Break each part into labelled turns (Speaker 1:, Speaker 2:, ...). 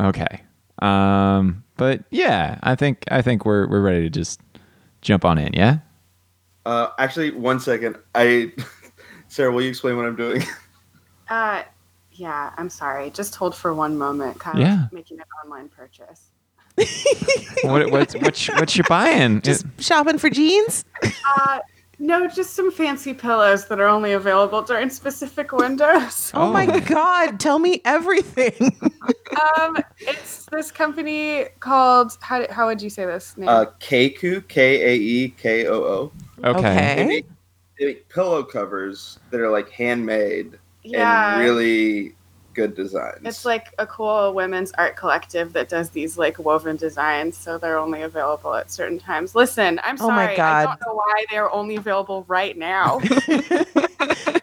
Speaker 1: Okay. Um, but yeah, I think I think we're we're ready to just jump on in. Yeah.
Speaker 2: Uh, actually, one second. I, Sarah, will you explain what I'm doing?
Speaker 3: Uh, yeah, I'm sorry. Just hold for one moment. Kyle's
Speaker 1: Yeah.
Speaker 3: making an online purchase.
Speaker 1: what what's what's what you buying?
Speaker 4: Just shopping for jeans?
Speaker 3: Uh, no, just some fancy pillows that are only available during specific windows.
Speaker 4: Oh, my
Speaker 1: Oh.
Speaker 4: God. Tell me everything.
Speaker 3: um, it's this company called how, did- how would you say this name?
Speaker 2: Uh, Keiku, K A E K O O.
Speaker 1: okay.
Speaker 2: They make- they make pillow covers that are like handmade
Speaker 3: yeah,
Speaker 2: and really good designs.
Speaker 3: it's like a cool women's art collective that does these like woven designs, so they're only available at certain times. Listen, I'm
Speaker 4: Oh my
Speaker 3: sorry, I
Speaker 4: God.
Speaker 3: don't know why they're only available right now.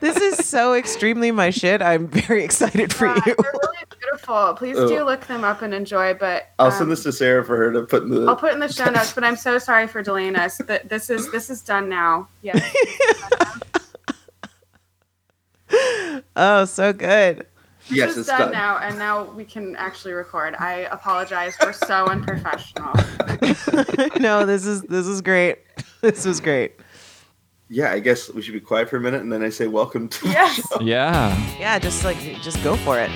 Speaker 4: this is so extremely my shit. I'm very excited for
Speaker 3: Uh,
Speaker 4: you.
Speaker 3: they're really beautiful. Please do
Speaker 2: Oh.
Speaker 3: look them up and enjoy. But
Speaker 2: I'll
Speaker 3: um,
Speaker 2: send this to Sarah for her to put in the.
Speaker 3: I'll put in the show notes, but I'm so sorry for delaying us. Th- This is this is done now. Yes.
Speaker 4: Oh, so good.
Speaker 3: This
Speaker 2: Yes,
Speaker 3: is
Speaker 2: it's
Speaker 3: done,
Speaker 2: done.
Speaker 3: now, and now we can actually record. I apologize. We're so unprofessional.
Speaker 4: no, this is this is great. This was great.
Speaker 2: yeah, I guess we should be quiet for a minute and then I say welcome to. the
Speaker 3: Yes.
Speaker 2: show.
Speaker 1: Yeah.
Speaker 4: Yeah, just like just go for it.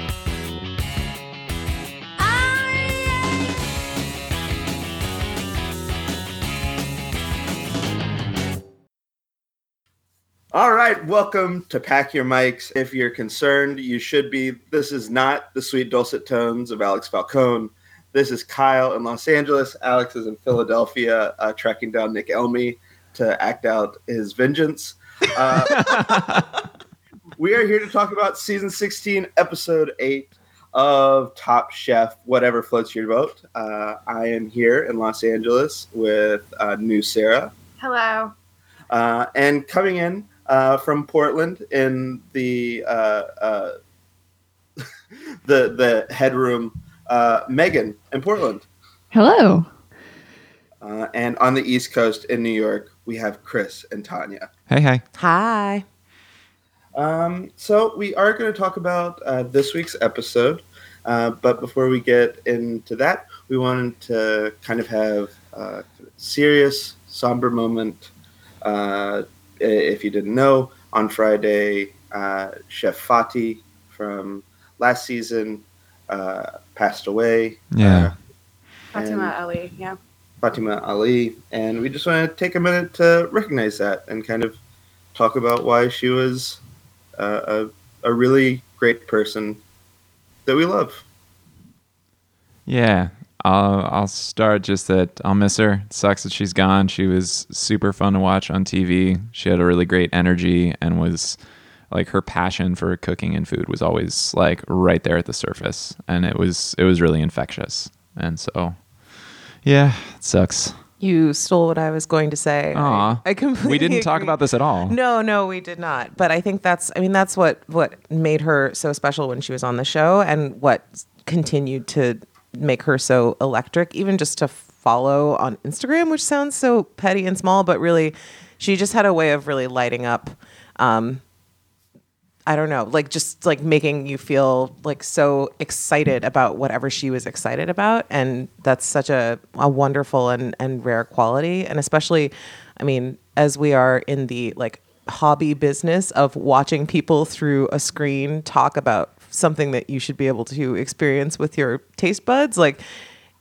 Speaker 2: All right, welcome to Pack Your Mics. If you're concerned, you should be. This is not the sweet dulcet tones of Alex Falcone. This is Kyle in Los Angeles. Alex is in Philadelphia, uh, tracking down Nick Elmy to act out his vengeance. Uh, we are here to talk about season 16, episode 8 of Top Chef, whatever floats your boat. Uh, I am here in Los Angeles with uh, new Sarah.
Speaker 3: Hello.
Speaker 2: Uh, and coming in uh, from Portland in the uh, uh, the the headroom, uh, Megan in Portland,
Speaker 5: Hello.
Speaker 2: uh, and on the East Coast in New York, we have Chris and Tanya.
Speaker 1: hey hey.
Speaker 4: Hi.
Speaker 2: Um, so we are going to talk about uh, this week's episode, uh, but before we get into that, we wanted to kind of have a serious, somber moment. Uh, i- if you didn't know, on Friday, uh, Chef Fati from last season uh, passed away.
Speaker 1: Yeah.
Speaker 2: Uh,
Speaker 3: Fatima
Speaker 2: And-
Speaker 3: Ali. Yeah.
Speaker 2: Fatima Ali, and we just want to take a minute to recognize that and kind of talk about why she was uh, a, a really great person that we love.
Speaker 1: Yeah. I'll I'll start just that I'll miss her. It sucks that she's gone. She was super fun to watch on TV. She had a really great energy and was like her passion for cooking and food was always like right there at the surface and it was it was really infectious. And so yeah, it sucks.
Speaker 4: You stole what I was going to say.
Speaker 1: Aw.
Speaker 4: I completely
Speaker 1: We didn't talk
Speaker 4: agree.
Speaker 1: about this at all.
Speaker 4: No, no, we did not. But I think that's I mean that's what what made her so special when she was on the show and what continued to make her so electric even just to follow on Instagram, which sounds so petty and small, but really she just had a way of really lighting up um I don't know, like just like making you feel like so excited about whatever she was excited about. And that's such a, a wonderful and, and rare quality. And especially, I mean, as we are in the like hobby business of watching people through a screen talk about something that you should be able to experience with your taste buds, like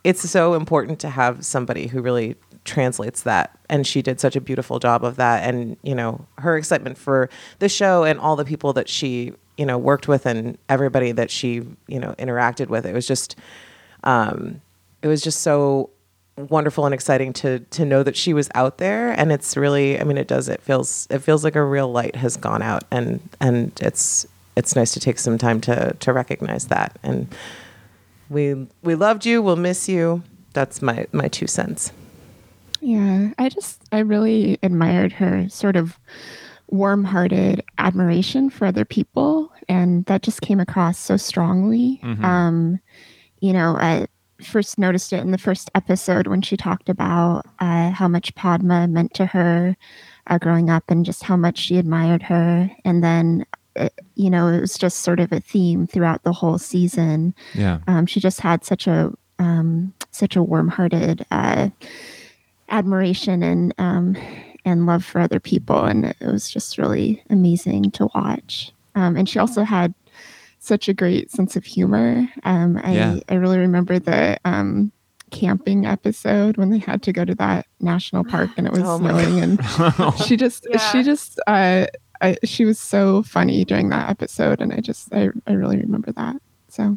Speaker 4: it's so important to have somebody who really translates that and she did such a beautiful job of that and you know her excitement for the show and all the people that she you know worked with and everybody that she you know interacted with it was just um it was just so wonderful and exciting to to know that she was out there and it's really i mean it does it feels it feels like a real light has gone out and and it's it's nice to take some time to to recognize that and we we loved you. We'll miss you. That's my my two cents.
Speaker 5: Yeah, I just, I really admired her sort of warm hearted admiration for other people. And that just came across so strongly.
Speaker 1: Mhm.
Speaker 5: Um, you know, I first noticed it in the first episode when she talked about uh, how much Padma meant to her uh, growing up and just how much she admired her. And then uh, you know, it was just sort of a theme throughout the whole season.
Speaker 1: Yeah.
Speaker 5: Um, she just had such a um, such a warm-hearted uh, admiration and um, and love for other people, and it was just really amazing to watch. Um, and she also had such a great sense of humor. Um, I
Speaker 1: Yeah.
Speaker 5: I really remember the um, camping episode when they had to go to that national park and it was
Speaker 4: Oh my
Speaker 5: snowing and she just
Speaker 3: Yeah.
Speaker 5: she just uh I, she was so funny during that episode and i just i, I really remember that so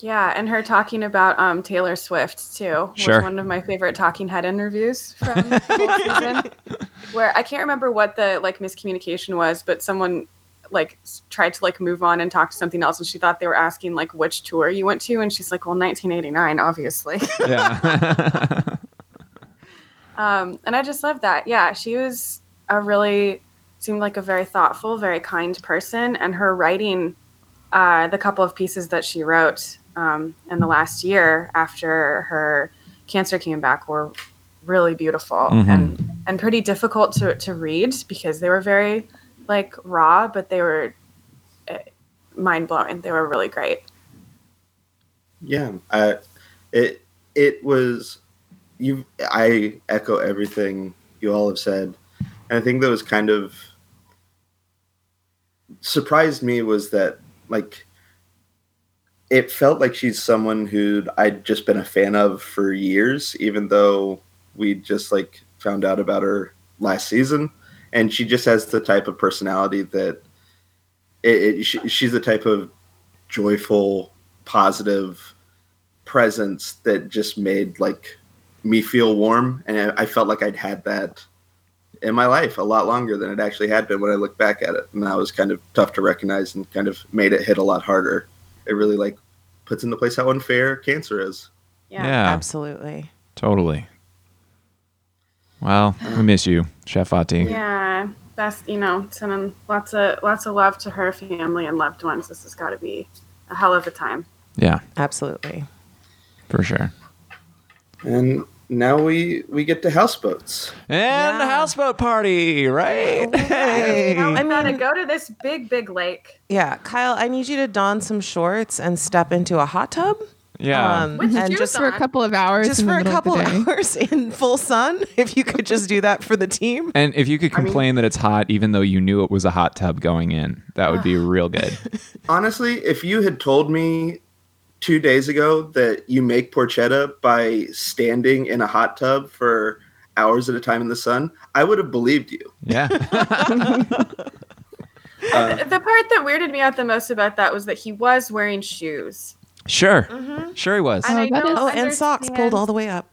Speaker 3: Yeah, and her talking about um, Taylor Swift too was
Speaker 1: Sure.
Speaker 3: one of my favorite talking head interviews from the whole season, where I can't remember what the like miscommunication was, but someone like s- tried to like move on and talk to something else, and she thought they were asking like which tour you went to, and she's like, well, 1989, obviously.
Speaker 1: yeah.
Speaker 3: Um, and I just love that. Yeah, she was a really seemed like a very thoughtful, very kind person, and her writing, uh, the couple of pieces that she wrote um, in the last year after her cancer came back were really beautiful
Speaker 1: Mhm.
Speaker 3: and and pretty difficult to to read because they were very like raw, but they were mind blowing. They were really great.
Speaker 2: Yeah, I, it it was you. I echo everything you all have said, and I think that was kind of surprised me was that like it felt like she's someone who I'd just been a fan of for years, even though we just like found out about her last season, and she just has the type of personality that it, it she, she's the type of joyful positive presence that just made like me feel warm and I I felt like I'd had that in my life a lot longer than it actually had been when I look back at it and that was kind of tough to recognize and kind of made it hit a lot harder it really like puts into place how unfair cancer is
Speaker 4: Absolutely.
Speaker 1: Totally. Well, we miss you, Chef Fati.
Speaker 3: Yeah, that's you know, sending lots of lots of love to her family and loved ones. This has got to be a hell of a time.
Speaker 1: yeah,
Speaker 4: Absolutely.
Speaker 1: for sure.
Speaker 2: and now we we get to houseboats
Speaker 1: And the
Speaker 4: Yeah.
Speaker 1: houseboat party, right? Hey.
Speaker 3: Now I'm gonna go to this big, big lake.
Speaker 4: Yeah, Kyle, I need you to don some shorts and step into a hot tub.
Speaker 1: Yeah.
Speaker 4: Um,
Speaker 3: With
Speaker 4: and
Speaker 3: juice
Speaker 4: just
Speaker 5: for a couple of hours
Speaker 4: just
Speaker 5: in the
Speaker 4: for a
Speaker 5: middle
Speaker 4: couple
Speaker 5: of the day.
Speaker 4: hours in full sun, if you could just do that for the team.
Speaker 1: and if you could complain that it's hot, even though you knew it was a hot tub going in, that would be real good.
Speaker 2: honestly if you had told me 2 days ago that you make porchetta by standing in a hot tub for hours at a time in the sun I would have believed you
Speaker 1: Yeah.
Speaker 3: The part that weirded me out the most about that was that he was wearing shoes.
Speaker 1: sure.
Speaker 4: Mm-hmm.
Speaker 1: Sure, he was.
Speaker 3: And I
Speaker 5: Oh, that
Speaker 3: don't
Speaker 5: is-
Speaker 4: Oh, and socks pulled
Speaker 3: understand-
Speaker 4: all the way up.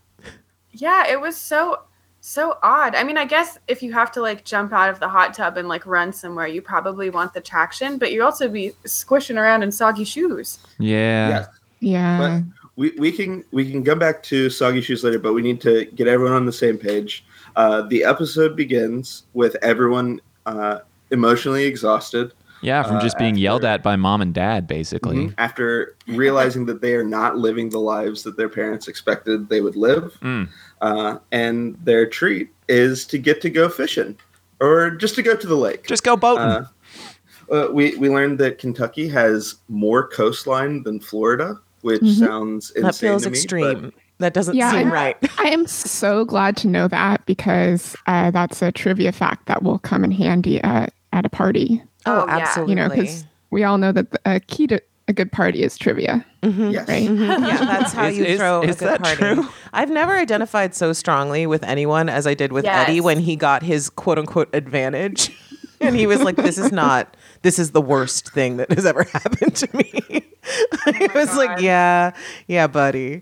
Speaker 3: Yeah, it was so so odd. I mean, I guess if you have to like jump out of the hot tub and like run somewhere, you probably want the traction, but you also be squishing around in soggy shoes.
Speaker 1: yeah.
Speaker 2: Yes.
Speaker 5: yeah
Speaker 2: But we, we can we can come back to soggy shoes later, but we need to get everyone on the same page. Uh, the episode begins with everyone uh, emotionally exhausted
Speaker 1: Yeah, from
Speaker 2: Uh,
Speaker 1: just being yelled
Speaker 2: after- Mm-hmm.
Speaker 1: at by mom and dad, basically.
Speaker 2: after realizing that they are not living the lives that their parents expected they would live,
Speaker 1: Mm.
Speaker 2: uh, and their treat is to get to go fishing or just to go to the lake.
Speaker 1: Just go boating.
Speaker 2: Uh, uh, we we learned that Kentucky has more coastline than Florida, which
Speaker 5: Mhm.
Speaker 2: sounds insane
Speaker 4: Mm-hmm. That feels
Speaker 2: to me, but-
Speaker 4: extreme. That doesn't
Speaker 5: Yeah,
Speaker 4: seem
Speaker 5: I-
Speaker 4: right.
Speaker 5: i am so glad to know that because uh, that's a trivia fact that will come in handy at, at a party
Speaker 4: Oh,
Speaker 3: Oh, yeah.
Speaker 4: absolutely.
Speaker 5: you know because we all know that the a key to a good party is trivia
Speaker 4: Mhm.
Speaker 2: Yes.
Speaker 5: right
Speaker 4: yeah, that's how
Speaker 1: Is-
Speaker 4: you
Speaker 1: is-
Speaker 4: throw
Speaker 1: is
Speaker 4: a good
Speaker 1: that
Speaker 4: party.
Speaker 1: true?
Speaker 4: I've never identified so strongly with anyone as I did with
Speaker 3: Yes.
Speaker 4: Eddie when he got his quote unquote advantage. and he was like, This is not this is the worst thing that has ever happened to me. I was like,
Speaker 3: God.
Speaker 4: Yeah, yeah, buddy.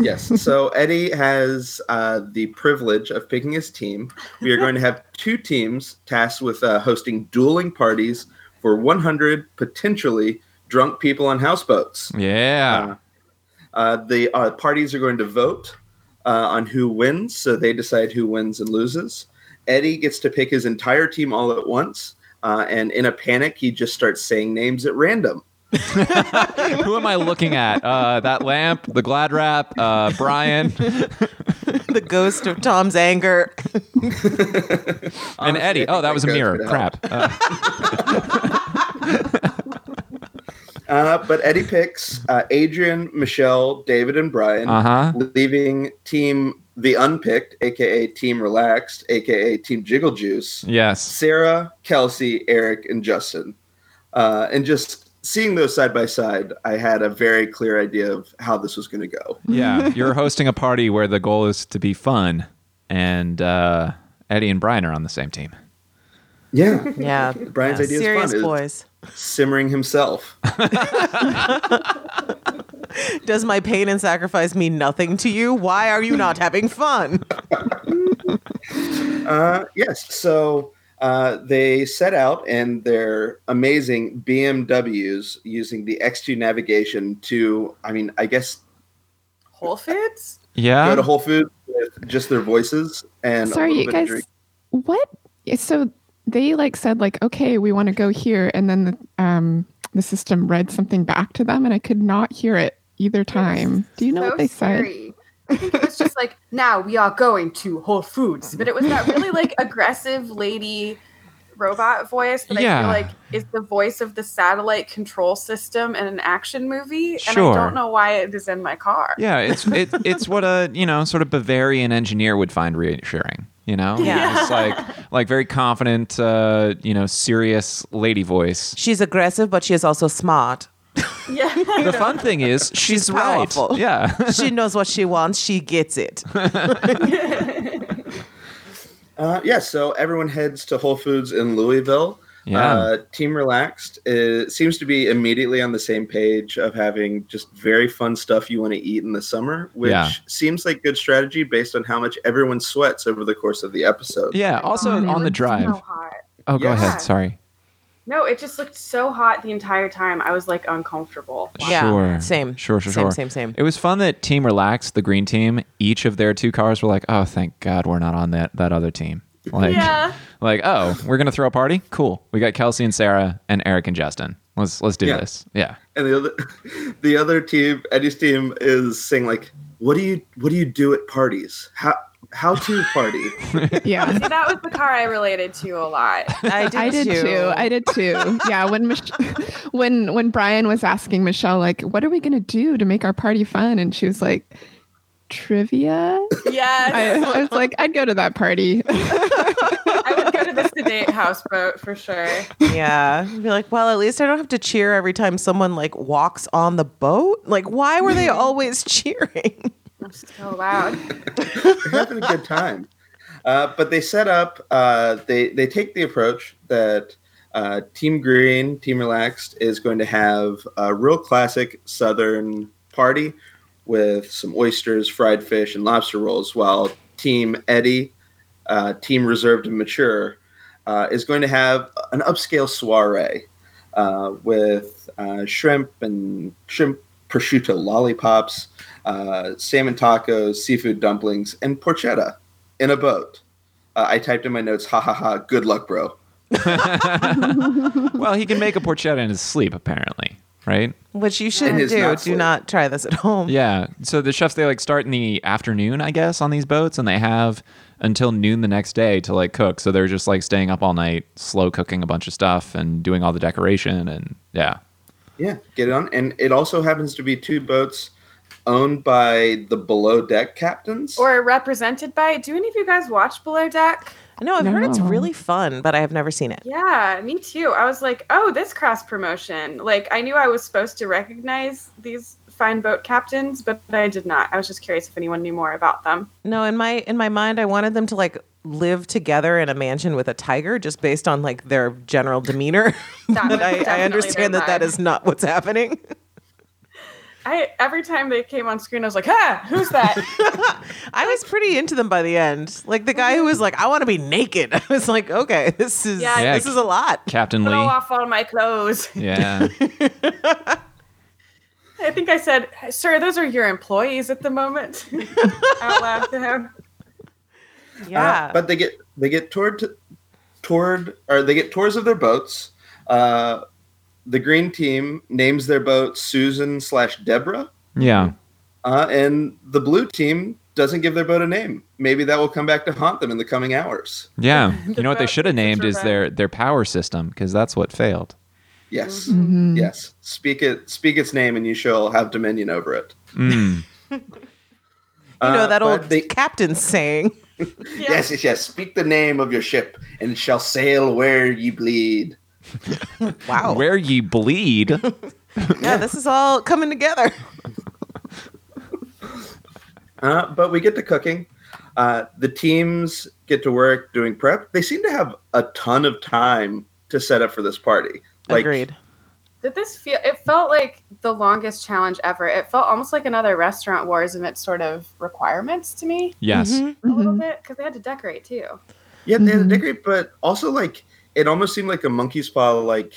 Speaker 2: yes. So Eddie has uh, the privilege of picking his team. We are going to have two teams tasked with uh, hosting dueling parties for 100 potentially drunk people on houseboats.
Speaker 1: yeah.
Speaker 2: Uh, uh, the uh, parties are going to vote uh, on who wins, so they decide who wins and loses. Eddie gets to pick his entire team all at once, uh, and in a panic, he just starts saying names at random.
Speaker 1: Who am I looking at? Uh, that lamp, the glad wrap, uh, Brian,
Speaker 4: The ghost of Tom's anger.
Speaker 1: and
Speaker 2: Honestly, I
Speaker 1: Eddie.
Speaker 2: think
Speaker 1: Oh, that was a
Speaker 2: goes
Speaker 1: mirror.
Speaker 2: for the help.
Speaker 1: Crap. Uh,
Speaker 2: Uh, but Eddie picks uh, Adrian, Michelle, David, and Brian,
Speaker 1: Uh-huh.
Speaker 2: leaving Team The Unpicked, aka Team Relaxed, aka Team Jiggle Juice,
Speaker 1: Yes.
Speaker 2: Sarah, Kelsey, Eric, and Justin. Uh, and just seeing those side by side, I had a very clear idea of how this was going to go.
Speaker 1: Yeah. You're hosting a party where the goal is to be fun, and uh, Eddie and Brian are on the same team.
Speaker 2: Yeah.
Speaker 4: Yeah.
Speaker 2: Brian's
Speaker 4: yeah.
Speaker 2: idea is
Speaker 4: Serious
Speaker 2: fun. It-
Speaker 4: boys.
Speaker 2: Simmering himself.
Speaker 4: Does my pain and sacrifice mean nothing to you? Why are you not having fun?
Speaker 2: Uh, yes. So uh, they set out in their amazing BMWs using the X2 navigation to, I mean, I guess
Speaker 3: Whole Foods?
Speaker 1: Yeah.
Speaker 2: go to Whole Foods with just their voices and a
Speaker 5: Sorry,
Speaker 2: little
Speaker 5: you
Speaker 2: bit of
Speaker 5: guys.
Speaker 2: drink.
Speaker 5: What? So they like said like, okay, we want to go here, and then the um the system read something back to them, and I could not hear it either time. Do you know
Speaker 3: so
Speaker 5: what they said?
Speaker 3: scary. I think it was just like, now we are going to Whole Foods. But it was that really like aggressive lady robot voice that I
Speaker 1: Yeah.
Speaker 3: feel like is the voice of the satellite control system in an action movie. And
Speaker 1: Sure.
Speaker 3: I don't know why it is in my car.
Speaker 1: Yeah, it's it, it's what a you know sort of Bavarian engineer would find reassuring. You know,
Speaker 4: Yeah.
Speaker 1: it's like like very confident, uh, you know, serious lady voice.
Speaker 4: She's aggressive, but she is also smart.
Speaker 3: Yeah.
Speaker 1: The fun thing is she's, right.
Speaker 4: powerful.
Speaker 1: Yeah,
Speaker 4: She knows what she wants. She gets it.
Speaker 2: Uh, yeah, so everyone heads to Whole Foods in Louisville.
Speaker 1: Yeah.
Speaker 2: Uh, Team Relaxed uh seems to be immediately on the same page of having just very fun stuff you want to eat in the summer, which
Speaker 1: Yeah.
Speaker 2: seems like good strategy based on how much everyone sweats over the course of the episode.
Speaker 1: yeah. Also
Speaker 5: God, it
Speaker 1: on the
Speaker 5: looks
Speaker 1: drive.
Speaker 3: So hot.
Speaker 1: Oh, go
Speaker 2: Yeah.
Speaker 1: ahead. Sorry.
Speaker 3: No, it just looked so hot the entire time. I was like uncomfortable.
Speaker 4: Yeah.
Speaker 1: Sure.
Speaker 4: Same.
Speaker 1: Sure. Sure.
Speaker 4: Same,
Speaker 1: Sure.
Speaker 4: same, same.
Speaker 1: It was fun that Team Relax, the green team, each of their two cars were like, oh, thank God we're not on that that other team. Like,
Speaker 3: Yeah.
Speaker 1: like oh, we're gonna throw a party. Cool. We got Kelsey and Sarah and Eric and Justin. Let's let's do
Speaker 2: Yeah.
Speaker 1: this. Yeah.
Speaker 2: And the other, the other team, Eddie's team, is saying like, "What do you what do you do at parties? How how to party?"
Speaker 5: Yeah.
Speaker 3: See, that was the car I related to a lot.
Speaker 4: I did,
Speaker 5: I did
Speaker 4: too.
Speaker 5: too. I did too. Yeah, when Mich- when when Brian was asking Michelle like, "What are we gonna do to make our party fun?" and she was like, "Trivia." I,
Speaker 3: Yes.
Speaker 5: I was like, "I'd go to that party."
Speaker 3: I, would go to the sedate houseboat for sure.
Speaker 4: yeah. Be like, well, at least I don't have to cheer every time someone like walks on the boat. Like, why were they always cheering?
Speaker 3: I'm so loud.
Speaker 2: They're having a good time. Uh, but they set up. Uh, they they take the approach that uh, Team Green, Team Relaxed, is going to have a real classic Southern party with some oysters, fried fish, and lobster rolls. While Team Eddie, uh, Team Reserved and Mature, uh, is going to have an upscale soiree uh, with uh, shrimp and shrimp prosciutto lollipops uh, salmon tacos, seafood dumplings, and porchetta in a boat. Uh, I typed in my notes, ha ha ha, good luck, bro.
Speaker 1: Well, he can make a porchetta in his sleep, apparently, right?
Speaker 4: Which you
Speaker 2: And
Speaker 4: shouldn't
Speaker 2: it's
Speaker 4: do.
Speaker 2: not
Speaker 4: do
Speaker 2: safe.
Speaker 4: not try this at home.
Speaker 1: Yeah. So the chefs they like start in the afternoon, I guess, on these boats, and they have until noon the next day to like cook. So they're just like staying up all night, slow cooking a bunch of stuff and doing all the decoration and yeah.
Speaker 2: Yeah, get it on. And it also happens to be two boats owned by the below deck captains. Uh,
Speaker 3: Or represented by, do any of you guys watch Below Deck?
Speaker 4: No, I've heard it's
Speaker 5: No.
Speaker 4: really fun, but I have never seen it.
Speaker 3: Yeah, me too. I was like, oh, this cross promotion. Like, I knew I was supposed to recognize these fine boat captains, but I did not. I was just curious if anyone knew more about them.
Speaker 4: No, in my in my mind, I wanted them to like live together in a mansion with a tiger, just based on like their general demeanor.
Speaker 3: That was
Speaker 4: but I, I
Speaker 3: definitely
Speaker 4: understand
Speaker 3: their
Speaker 4: that that
Speaker 3: vibe.
Speaker 4: is not what's happening.
Speaker 3: I every time they came on screen, I was like, "Ah, who's that?"
Speaker 4: I was pretty into them by the end. Like the guy who was like, "I want to be naked." I was like, "Okay, this is
Speaker 3: Yeah,
Speaker 4: this
Speaker 1: I-
Speaker 4: is a lot."
Speaker 1: Captain
Speaker 3: Throw
Speaker 1: Lee.
Speaker 3: off all my clothes.
Speaker 1: Yeah.
Speaker 3: I think I said, "Sir, those are your employees at the moment." Out loud to him.
Speaker 2: Uh,
Speaker 4: Yeah,
Speaker 2: but they get they get toured to, toured or they get tours of their boats. Uh, the green team names their boat Susan slash Deborah,
Speaker 1: Yeah.
Speaker 2: uh, and the blue team doesn't give their boat a name. Maybe that will come back to haunt them in the coming hours.
Speaker 1: Yeah. You know what they
Speaker 3: boat
Speaker 1: should have
Speaker 3: needs to
Speaker 1: named is
Speaker 3: survive.
Speaker 1: their their power system because that's what failed.
Speaker 2: Yes.
Speaker 5: Mhm.
Speaker 4: Mm-hmm.
Speaker 2: Yes. Speak it speak its name and you shall have dominion over it.
Speaker 1: Mm.
Speaker 4: You know
Speaker 2: Uh,
Speaker 4: that
Speaker 2: but
Speaker 4: old
Speaker 2: they-
Speaker 4: captain saying.
Speaker 2: Yes, yes, yes. Speak the name of your ship and it shall sail where ye bleed.
Speaker 4: Wow.
Speaker 1: Where ye bleed.
Speaker 4: yeah, this is all coming together.
Speaker 2: Uh, but we get to cooking. Uh, the teams get to work doing prep. They seem to have a ton of time to set up for this party. Like
Speaker 4: Agreed.
Speaker 3: Did this feel? It felt like the longest challenge ever. It felt almost like another restaurant wars in its sort of requirements to me
Speaker 1: Yes.
Speaker 4: Mhm.
Speaker 3: a
Speaker 1: Mm-hmm.
Speaker 3: little
Speaker 5: Mhm.
Speaker 3: bit because they had to decorate too.
Speaker 2: Yeah, they had a
Speaker 5: Mhm.
Speaker 2: decorate, but also like it almost seemed like a monkey's paw. Like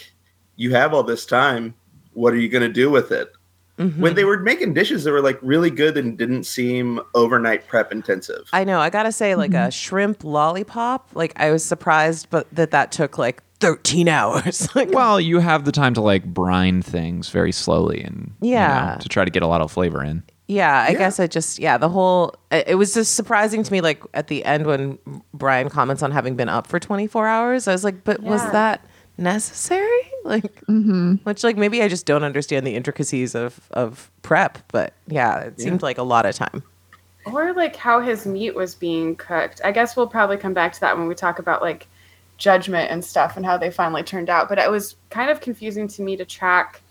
Speaker 2: you have all this time, what are you going to do with it?
Speaker 4: Mhm.
Speaker 2: When they were making dishes, they were like really good and didn't seem overnight prep intensive.
Speaker 4: I know. I gotta say, like a shrimp lollipop. Like I was surprised, but that that took like 13 hours. like,
Speaker 1: Well, you have the time to like brine things very slowly and you know,
Speaker 4: Yeah.
Speaker 1: to try to get a lot of flavor in.
Speaker 4: yeah, I
Speaker 2: Yeah.
Speaker 4: guess I just yeah. The whole it it was just surprising to me. Like at the end when Brian comments on having been up for 24 hours, I was like, but was
Speaker 3: Yeah.
Speaker 4: that necessary? Like,
Speaker 5: Mhm.
Speaker 4: which like maybe I just don't understand the intricacies of of prep. But yeah, it seemed like a lot of time.
Speaker 3: Or like how his meat was being cooked. I guess we'll probably come back to that when we talk about like judgment and stuff and how they finally turned out. But it was kind of confusing to me to track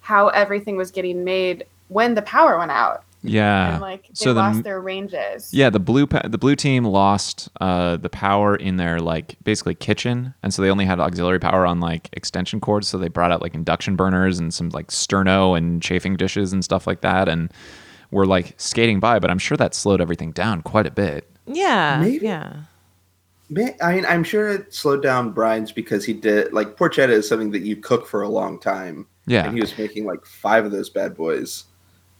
Speaker 3: how everything was getting made when the power went out
Speaker 1: Yeah.
Speaker 3: and like they
Speaker 1: so the
Speaker 3: lost
Speaker 1: m-
Speaker 3: their ranges.
Speaker 1: Yeah, the blue pa- the blue team lost uh, the power in their like basically kitchen, and so they only had auxiliary power on like extension cords. So they brought out like induction burners and some like sterno and chafing dishes and stuff like that, and were like skating by. But I'm sure that slowed everything down quite a bit.
Speaker 4: Yeah.
Speaker 2: Maybe.
Speaker 4: Yeah.
Speaker 2: Ma- I mean, I'm sure it slowed down Brian's because he did like porchetta is something that you cook for a long time.
Speaker 1: Yeah.
Speaker 2: and he was making like five of those bad boys.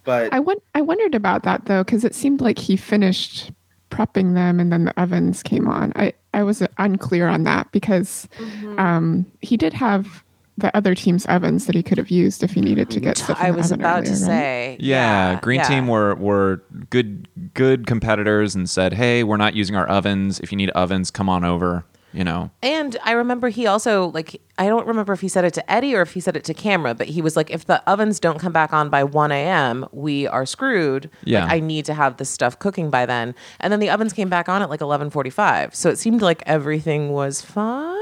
Speaker 2: But
Speaker 5: I, won- I wondered about that though, because it seemed like he finished prepping them and then the ovens came on. I, I was unclear on that because
Speaker 4: Mm-hmm.
Speaker 3: Mhm.
Speaker 5: um, he did have the other team's ovens that he could have used if he needed to get
Speaker 4: T-
Speaker 5: stuff. in
Speaker 4: I
Speaker 5: the
Speaker 4: was
Speaker 5: oven
Speaker 4: about to
Speaker 5: earlier, right?
Speaker 4: say.
Speaker 1: Yeah, Green
Speaker 4: yeah.
Speaker 1: Team were were good good competitors and said, "Hey, we're not using our ovens. If you need ovens, come on over." You know.
Speaker 4: And I remember he also like I don't remember if he said it to Eddie or if he said it to camera, but he was like, if the ovens don't come back on by one a.m., we are screwed. Like,
Speaker 1: Yeah.
Speaker 4: I need to have this stuff cooking by then. And then the ovens came back on at like eleven forty-five, so it seemed like everything was fine.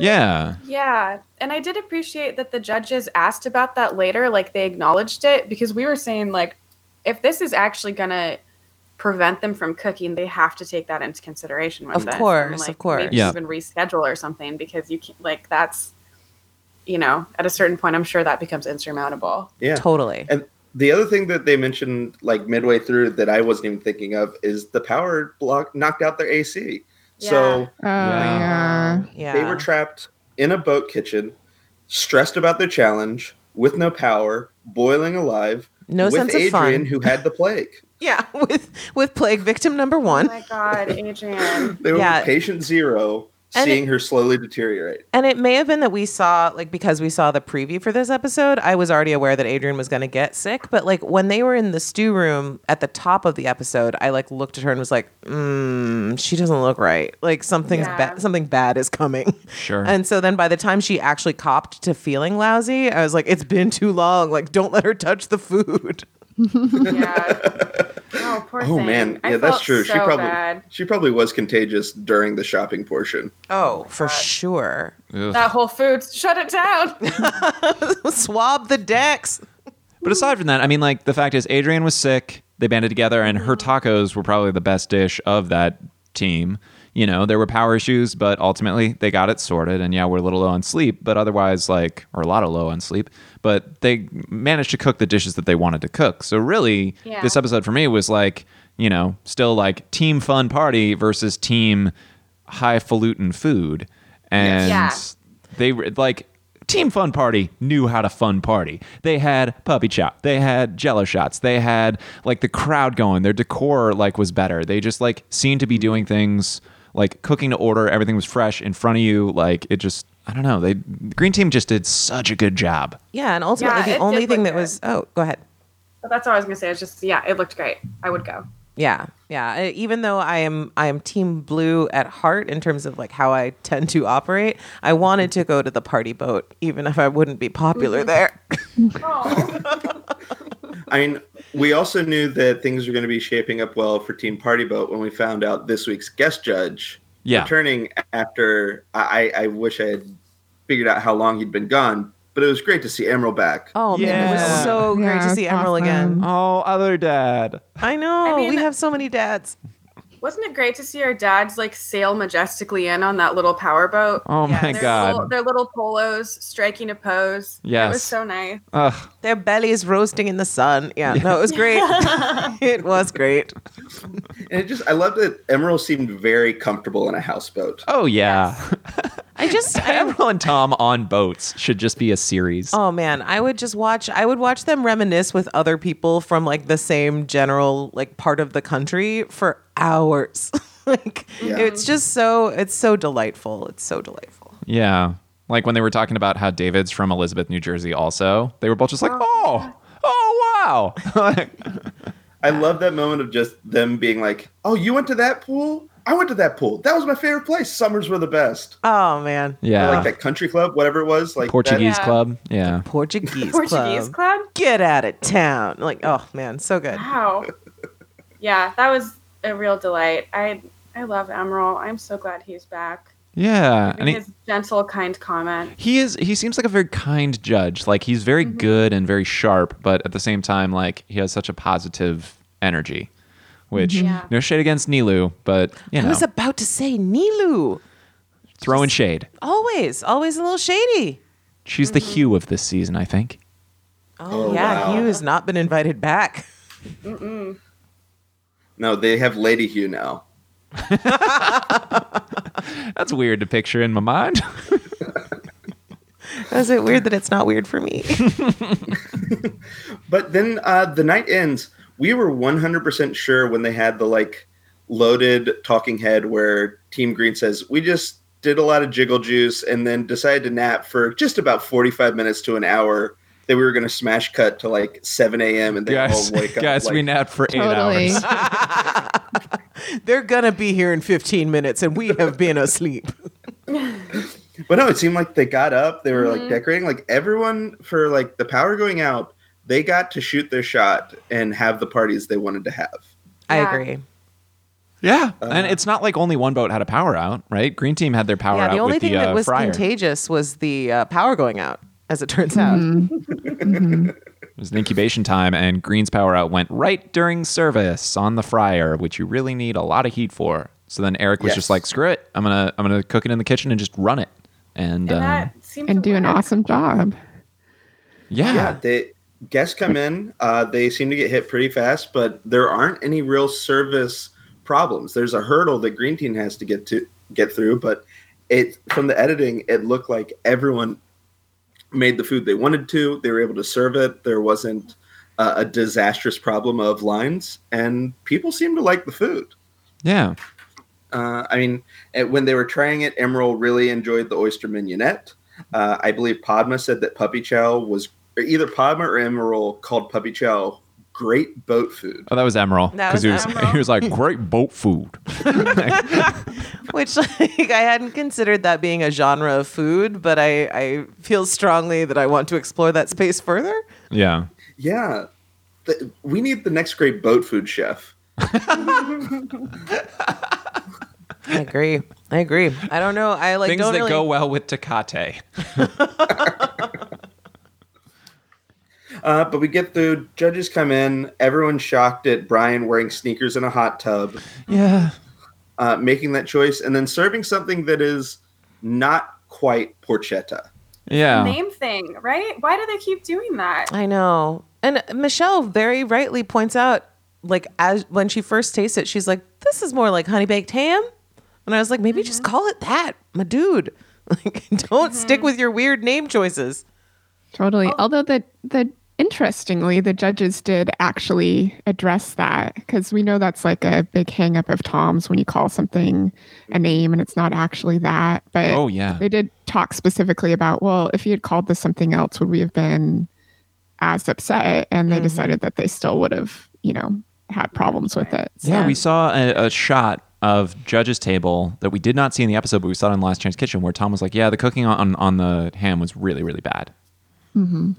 Speaker 1: Yeah.
Speaker 3: Yeah, and I did appreciate that the judges asked about that later, like they acknowledged it because we were saying like if this is actually going to prevent them from cooking, they have to take that into consideration. with
Speaker 4: Of
Speaker 3: this. And,
Speaker 4: course, of course.
Speaker 3: Maybe
Speaker 1: Yeah.
Speaker 3: even reschedule or something because you can't like that's you know at a certain point I'm sure that becomes insurmountable.
Speaker 2: yeah,
Speaker 4: Totally.
Speaker 2: And the other thing that they mentioned like midway through that I wasn't even thinking of is the power block knocked out their AC.
Speaker 3: Yeah.
Speaker 2: So
Speaker 5: Oh
Speaker 1: Yeah.
Speaker 5: yeah.
Speaker 4: yeah.
Speaker 2: um, they were trapped in a boat kitchen, stressed about their challenge, with no power, boiling alive,
Speaker 4: no
Speaker 2: with
Speaker 4: sense of
Speaker 2: Adrian
Speaker 4: fun.
Speaker 2: who had the plague.
Speaker 4: Yeah, with with plague victim number
Speaker 3: Oh
Speaker 4: one.
Speaker 3: my god, Adrian.
Speaker 2: They were
Speaker 4: Yeah.
Speaker 2: patient zero,
Speaker 4: And
Speaker 2: seeing her slowly deteriorate.
Speaker 4: And it may have been that we saw, like, because we saw the preview for this episode, I was already aware that Adrian was going to get sick. But, like, when they were in the stew room at the top of the episode, I, like, looked at her and was like, mm, she doesn't look right. Like, something's
Speaker 3: Yeah.
Speaker 4: bad. Something bad is coming.
Speaker 1: Sure.
Speaker 4: And so then by the time she actually copped to feeling lousy, I was like, it's been too long. Like, don't let her touch the food.
Speaker 3: yeah. Oh, poor
Speaker 2: Oh
Speaker 3: thing.
Speaker 2: man,
Speaker 3: I
Speaker 2: yeah, that's
Speaker 3: felt
Speaker 2: true. she
Speaker 3: so
Speaker 2: probably
Speaker 3: bad.
Speaker 2: she probably was contagious during the shopping portion.
Speaker 4: Oh, for sure.
Speaker 1: Ugh.
Speaker 3: that Whole Foods shut it down.
Speaker 4: Swab the decks.
Speaker 1: But aside from that, I mean, like the fact is, Adrian was sick. They banded together, and her tacos were probably the best dish of that team. You know, there were power issues, but ultimately they got it sorted. And yeah, we're a little low on sleep, but otherwise, like, or a lot of low on sleep, but they managed to cook the dishes that they wanted to cook. So really,
Speaker 3: Yeah.
Speaker 1: this episode for me was like, you know, still like team fun party versus team highfalutin food. And
Speaker 3: Yeah.
Speaker 1: they were like team fun party knew how to fun party they had puppy chop they had jello shots they had like the crowd going their decor like was better they just like seemed to be doing things like cooking to order everything was fresh in front of you like it just i don't know they the green team just did such a good job
Speaker 4: Yeah. And ultimately,
Speaker 3: Yeah, it
Speaker 4: the
Speaker 3: did
Speaker 4: only thing
Speaker 3: look
Speaker 4: that
Speaker 3: good.
Speaker 4: was, oh, go ahead.
Speaker 3: But that's all I was gonna say. It's just yeah, it looked great. I would go.
Speaker 4: Yeah. Yeah, e- even though I am I am team blue at heart in terms of like how I tend to operate, I wanted to go to the party boat even if I wouldn't be popular there.
Speaker 2: I mean, we also knew that things were going to be shaping up well for Team Party Boat when we found out this week's guest judge
Speaker 1: Yeah.
Speaker 2: returning after. I, I I wish I had figured out how long he'd been gone, but it was great to see Emerald back.
Speaker 4: Oh man, it was
Speaker 1: Yeah.
Speaker 4: so great
Speaker 5: Yeah,
Speaker 4: to see
Speaker 5: it's
Speaker 4: Emerald again.
Speaker 5: awesome.
Speaker 1: Oh, other dad.
Speaker 4: I know.
Speaker 3: I mean-
Speaker 4: we have so many dads.
Speaker 3: Wasn't it great to see our dads like sail majestically in on that little power boat?
Speaker 1: Oh
Speaker 4: Yeah,
Speaker 1: my
Speaker 4: there's
Speaker 3: their
Speaker 1: god.
Speaker 3: Little, their little polos striking a pose. It
Speaker 1: Yes.
Speaker 3: was so nice.
Speaker 1: Ugh.
Speaker 4: Their bellies roasting in the sun. Yeah, no, it was great. it was great.
Speaker 2: And it just, I love that Emerald seemed very comfortable in a houseboat.
Speaker 1: Oh yeah.
Speaker 4: I just I,
Speaker 1: Emerald and Tom on boats should just be a series.
Speaker 4: Oh man, I would just watch. I would watch them reminisce with other people from like the same general like part of the country for hours. like
Speaker 2: Yeah.
Speaker 4: it's just so it's so delightful. It's so delightful.
Speaker 1: Yeah. Like when they were talking about how David's from Elizabeth, New Jersey also, they were both just like, "Oh, oh wow."
Speaker 2: I love that moment of just them being like, "Oh, you went to that pool? I went to that pool. That was my favorite place. Summers were the best."
Speaker 4: Oh man,
Speaker 1: yeah.
Speaker 2: Like that country club, whatever it was, like that-
Speaker 1: Portuguese
Speaker 3: Yeah.
Speaker 1: club. Yeah.
Speaker 4: Portuguese,
Speaker 3: Portuguese
Speaker 4: club.
Speaker 3: club?
Speaker 4: Get out of town. Like oh man, so good.
Speaker 3: Wow. yeah, that was a real delight. I I love Emerald. I'm so glad he's back.
Speaker 1: Yeah. And he,
Speaker 3: his gentle, kind comment.
Speaker 1: he is he seems like a very kind judge. Like he's very good and very sharp, but at the same time like he has such a positive energy. Which
Speaker 3: Yeah.
Speaker 1: no shade against Nilu, but you
Speaker 4: I
Speaker 1: know,
Speaker 4: was about to say Nilu.
Speaker 1: throwing shade.
Speaker 4: Always, always a little shady.
Speaker 1: She's the hue of this season, I think.
Speaker 4: Oh,
Speaker 2: Oh,
Speaker 4: yeah,
Speaker 2: wow.
Speaker 4: Hugh has not been invited back.
Speaker 2: No, they have Lady Hugh now.
Speaker 1: That's weird to picture in my mind.
Speaker 4: Is it weird that it's not weird for me?
Speaker 2: But then uh, the night ends. We were 100% sure when they had the like loaded talking head where Team Green says, We just did a lot of jiggle juice and then decided to nap for just about 45 minutes to an hour. That we were going to smash cut to like 7 a.m. and they
Speaker 1: guys,
Speaker 2: all wake up.
Speaker 1: guys, we
Speaker 2: like-
Speaker 1: napped for
Speaker 5: Totally.
Speaker 1: eight hours.
Speaker 4: They're gonna be here in 15 minutes, and we have been asleep.
Speaker 2: But no, it seemed like they got up. They were like decorating. Like everyone for like the power going out, they got to shoot their shot and have the parties they wanted to have.
Speaker 4: I
Speaker 3: Yeah.
Speaker 4: agree.
Speaker 1: Yeah,
Speaker 2: Uh,
Speaker 1: and it's not like only one boat had a power out, right? Green team had their power
Speaker 4: yeah,
Speaker 1: out
Speaker 4: the only
Speaker 1: with
Speaker 4: thing
Speaker 1: the uh,
Speaker 4: that was
Speaker 1: fryer.
Speaker 4: contagious was the uh, power going out, as it turns out.
Speaker 5: Mm-hmm.
Speaker 1: it was an incubation time, and Green's power out went right during service on the fryer, which you really need a lot of heat for. So then Eric was
Speaker 2: Yes.
Speaker 1: just like, "Screw it, I'm gonna I'm gonna cook it in the kitchen and just run it." And,
Speaker 3: And
Speaker 1: um,
Speaker 3: that seemed
Speaker 5: and
Speaker 3: to
Speaker 5: do an
Speaker 3: work.
Speaker 5: awesome job.
Speaker 1: yeah,
Speaker 2: Yeah, they guests come in. Uh, they seem to get hit pretty fast, but there aren't any real service problems. There's a hurdle that Green Team has to get to get through, but it from the editing, it looked like everyone made the food they wanted to. They were able to serve it. There wasn't uh, a disastrous problem of lines, and people seemed to like the food.
Speaker 1: yeah,
Speaker 2: Uh, I mean, eh, when they were trying it, Emerald really enjoyed the oyster mignonette. Uh, I believe Padma said that puppy chow was or either Padma or Emerald called puppy chow great boat food.
Speaker 1: Oh, that was Emerald
Speaker 4: That
Speaker 1: because he was
Speaker 4: was Emerald.
Speaker 1: he was like, "Great boat food."
Speaker 4: Which, like, I hadn't considered that being a genre of food, but I, I feel strongly that I want to explore that space further.
Speaker 1: yeah,
Speaker 2: Yeah, Th- we need the next great boat food chef.
Speaker 4: I agree. I agree. I don't know. I like
Speaker 1: things
Speaker 4: don't
Speaker 1: that
Speaker 4: really-
Speaker 1: go well with Takate.
Speaker 2: Uh, but we get through. Judges come in. Everyone's shocked at Brian wearing sneakers in a hot tub,
Speaker 1: Yeah,
Speaker 2: uh, making that choice, and then serving something that is not quite porchetta.
Speaker 1: yeah.
Speaker 3: name thing, right? Why do they keep doing that?
Speaker 4: I know. And Michelle very rightly points out, like, as when she first tastes it, she's like, "This is more like honey baked ham." And I was like, maybe just call it that, my dude. Like, don't stick with your weird name choices.
Speaker 5: Totally. Although the the interestingly, the judges did actually address that because we know that's like a big hang up of Tom's when you call something a name and it's not actually that. But
Speaker 1: Oh yeah.
Speaker 5: they did talk specifically about well, if you had called this something else, would we have been as upset? And they decided that they still would have, you know, had problems with it. So.
Speaker 1: Yeah, we saw a, a shot of Judge's table that we did not see in the episode, but we saw it in Last Chance Kitchen, where Tom was like, "Yeah, the cooking on on the ham was really really bad," mm-hmm.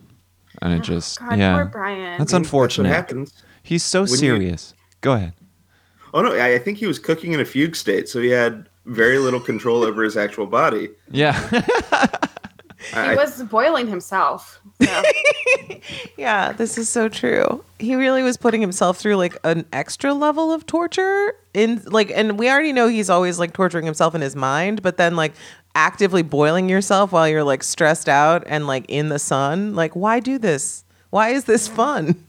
Speaker 1: and it just
Speaker 3: Oh, God,
Speaker 1: yeah,
Speaker 3: poor Brian.
Speaker 1: that's
Speaker 2: That's what
Speaker 1: unfortunate.
Speaker 2: happens.
Speaker 1: He's so
Speaker 2: you-
Speaker 1: serious. Go ahead.
Speaker 2: Oh no, I I think he was cooking in a fugue state, so he had very little control over his actual body.
Speaker 1: Yeah,
Speaker 2: I,
Speaker 3: he was boiling himself. So.
Speaker 4: Yeah, this is so true. He really was putting himself through like an extra level of torture in like and we already know he's always like torturing himself in his mind, but then like actively boiling yourself while you're like stressed out and like in the sun. Like why do this? Why is this fun?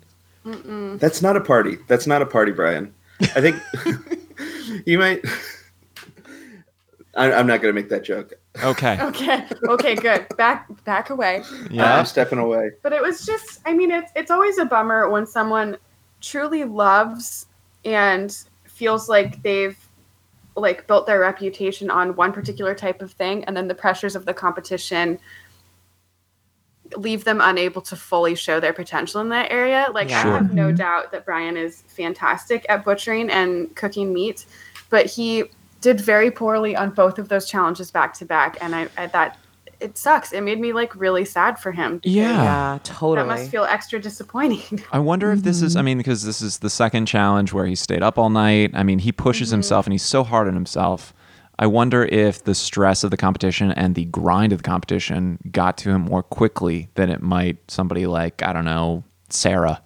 Speaker 2: that's not a party. That's not a party, Brian. I think you might. I, I'm not going to make that joke.
Speaker 1: okay.
Speaker 3: Okay. Okay. Good. Back. Back away.
Speaker 2: I'm
Speaker 1: Yeah,
Speaker 2: stepping away.
Speaker 3: But it was just. I mean, it's it's always a bummer when someone truly loves and feels like they've like built their reputation on one particular type of thing, and then the pressures of the competition leave them unable to fully show their potential in that area. Like I
Speaker 4: Sure.
Speaker 3: have no doubt that Brian is fantastic at butchering and cooking meat, but he did very poorly on both of those challenges back to back, and I, I that it sucks. It made me like really sad for him.
Speaker 1: yeah.
Speaker 4: totally.
Speaker 3: That must feel extra disappointing.
Speaker 1: I wonder if this is, I mean, because this is the second challenge where he stayed up all night. I mean, he pushes himself and he's so hard on himself. I wonder if the stress of the competition and the grind of the competition got to him more quickly than it might somebody like, I don't know, Sarah.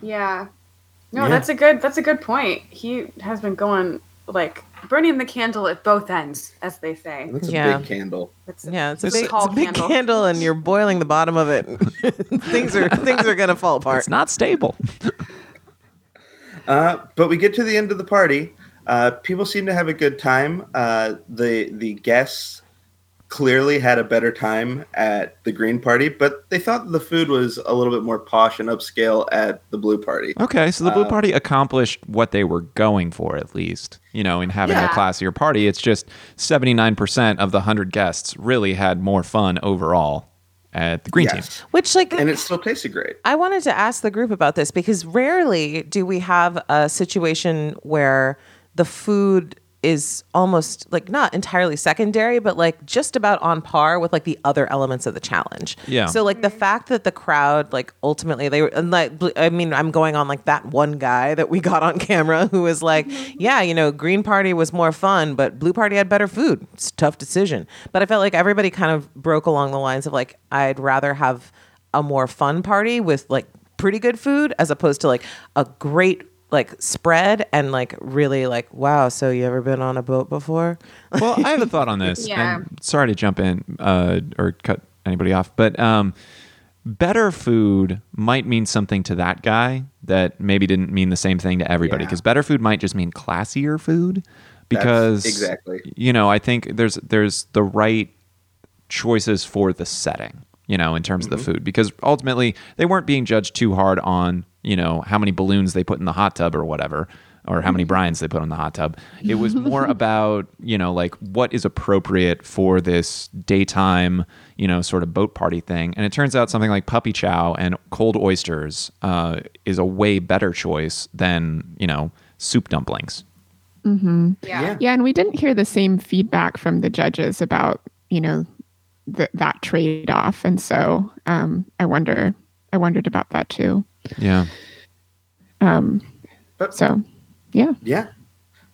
Speaker 3: yeah. No,
Speaker 1: Yeah.
Speaker 3: that's a good that's a good point. He has been going like burning the candle at both ends, as they say.
Speaker 2: That's a
Speaker 4: Yeah.
Speaker 2: big candle.
Speaker 3: It's,
Speaker 4: yeah, it's a
Speaker 3: This-
Speaker 4: big, it's
Speaker 3: Tall
Speaker 4: a big
Speaker 3: candle.
Speaker 4: candle. and you're boiling the bottom of it. things are things are gonna fall apart.
Speaker 1: It's not stable.
Speaker 2: Uh, but we get to the end of the party. Uh, people seem to have a good time. Uh, the the guests clearly had a better time at the green party, but they thought the food was a little bit more posh and upscale at the blue party.
Speaker 1: Okay, so the Blue Party accomplished what they were going for, at least, you know, in having a
Speaker 3: Yeah.
Speaker 1: classier party. It's just 79% of the 100 guests really had more fun overall at the Green Team.
Speaker 2: Yes.
Speaker 4: Which like
Speaker 2: And it still tasted great.
Speaker 4: I wanted to ask the group about this because rarely do we have a situation where the food is almost like not entirely secondary, but like just about on par with like the other elements of the challenge.
Speaker 1: Yeah.
Speaker 4: So like the fact that the crowd like ultimately they were and like bl- I mean I'm going on like that one guy that we got on camera who was like yeah you know green party was more fun but blue party had better food. It's a tough decision. But I felt like everybody kind of broke along the lines of like I'd rather have a more fun party with like pretty good food as opposed to like a great like spread and like really like wow so you ever been on a boat before
Speaker 1: well, I have a thought on this.
Speaker 3: Yeah.
Speaker 1: And sorry to jump in uh, or cut anybody off, but um, better food might mean something to that guy that maybe didn't mean the same thing to everybody.
Speaker 2: Yeah.
Speaker 1: Because better food might just mean classier food. Because
Speaker 2: exactly.
Speaker 1: you know, I think there's there's the right choices for the setting, you know, in terms
Speaker 2: Mm-hmm.
Speaker 1: of the food, because ultimately they weren't being judged too hard on, you know, how many balloons they put in the hot tub or whatever, or how many
Speaker 2: Mm-hmm.
Speaker 1: brines they put in the hot tub. It was more about, you know, like what is appropriate for this daytime, you know, sort of boat party thing. And it turns out something like puppy chow and cold oysters uh, is a way better choice than, you know, soup dumplings.
Speaker 3: Yeah.
Speaker 2: Yeah.
Speaker 5: Yeah, and we didn't hear the same feedback from the judges about you know th- that trade off, and so um, I wonder I wondered about that too.
Speaker 1: Yeah.
Speaker 5: Um,
Speaker 2: But-
Speaker 5: so yeah,
Speaker 2: Yeah.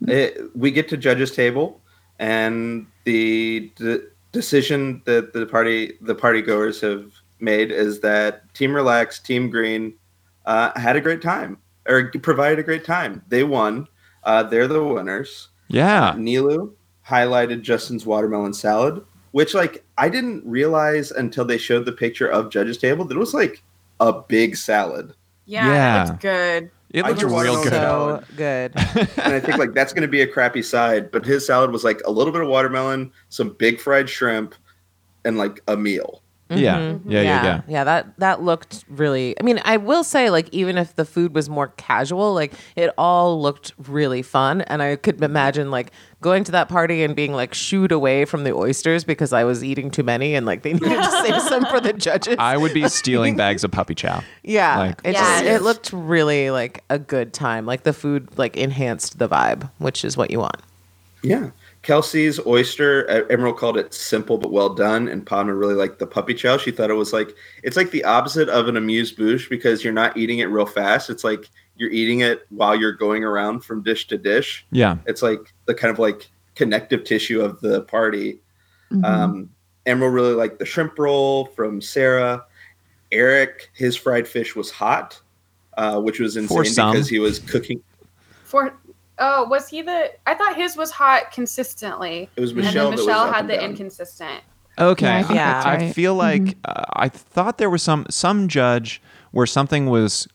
Speaker 2: It- Eh, we get to judges table and the d- decision that the party the party goers have made is that team relax team green uh, had a great time or provided a great time they won uh, they're the winners
Speaker 1: Yeah.
Speaker 2: Nilu highlighted Justin's watermelon salad, which like I didn't realize until they showed the picture of Judge's table that it was like a big salad.
Speaker 3: Yeah,
Speaker 1: Yeah.
Speaker 3: that looked good.
Speaker 1: It
Speaker 2: I
Speaker 1: looked
Speaker 2: just
Speaker 1: real
Speaker 2: wanna
Speaker 1: good.
Speaker 4: so good
Speaker 2: And I think like that's gonna be a crappy side, but his salad was like a little bit of watermelon, some big fried shrimp, and like a meal.
Speaker 1: Yeah. yeah, yeah, yeah,
Speaker 4: Mm-hmm. yeah, That that looked really. I mean, I will say, like, even if the food was more casual, like, it all looked really fun, and I could imagine like going to that party and being like shooed away from the oysters because I was eating too many, and like they needed to save some for the judges.
Speaker 1: I would be stealing bags of puppy chow.
Speaker 4: yeah,
Speaker 1: like-
Speaker 4: it just,
Speaker 3: Yes.
Speaker 4: it looked really like a good time. Like the food like enhanced the vibe, which is what you want.
Speaker 2: Yeah. Kelsey's oyster, uh, Emerald called it simple but well done, and Palmer really liked the puppy chow. She thought it was like it's like the opposite of an amuse bouche because you're not eating it real fast. It's like you're eating it while you're going around from dish to dish.
Speaker 1: Yeah.
Speaker 2: It's like the kind of like connective tissue of the party.
Speaker 5: Mhm.
Speaker 1: Mm-hmm.
Speaker 2: Um, Emerald really liked the shrimp roll from Sarah. Eric, his fried fish was hot, uh, which was insane
Speaker 1: For some.
Speaker 2: because he was cooking.
Speaker 3: For oh, was he the? I thought his was hot consistently,
Speaker 2: It was
Speaker 3: and
Speaker 2: Michelle.
Speaker 3: then
Speaker 2: that was
Speaker 3: Michelle
Speaker 2: up
Speaker 3: had
Speaker 2: and
Speaker 3: the
Speaker 2: down.
Speaker 3: inconsistent.
Speaker 1: Okay.
Speaker 5: Yeah, I think
Speaker 4: that's
Speaker 1: I,
Speaker 5: right.
Speaker 1: feel like
Speaker 5: Mhm.
Speaker 1: uh, I thought there was some some judge where something was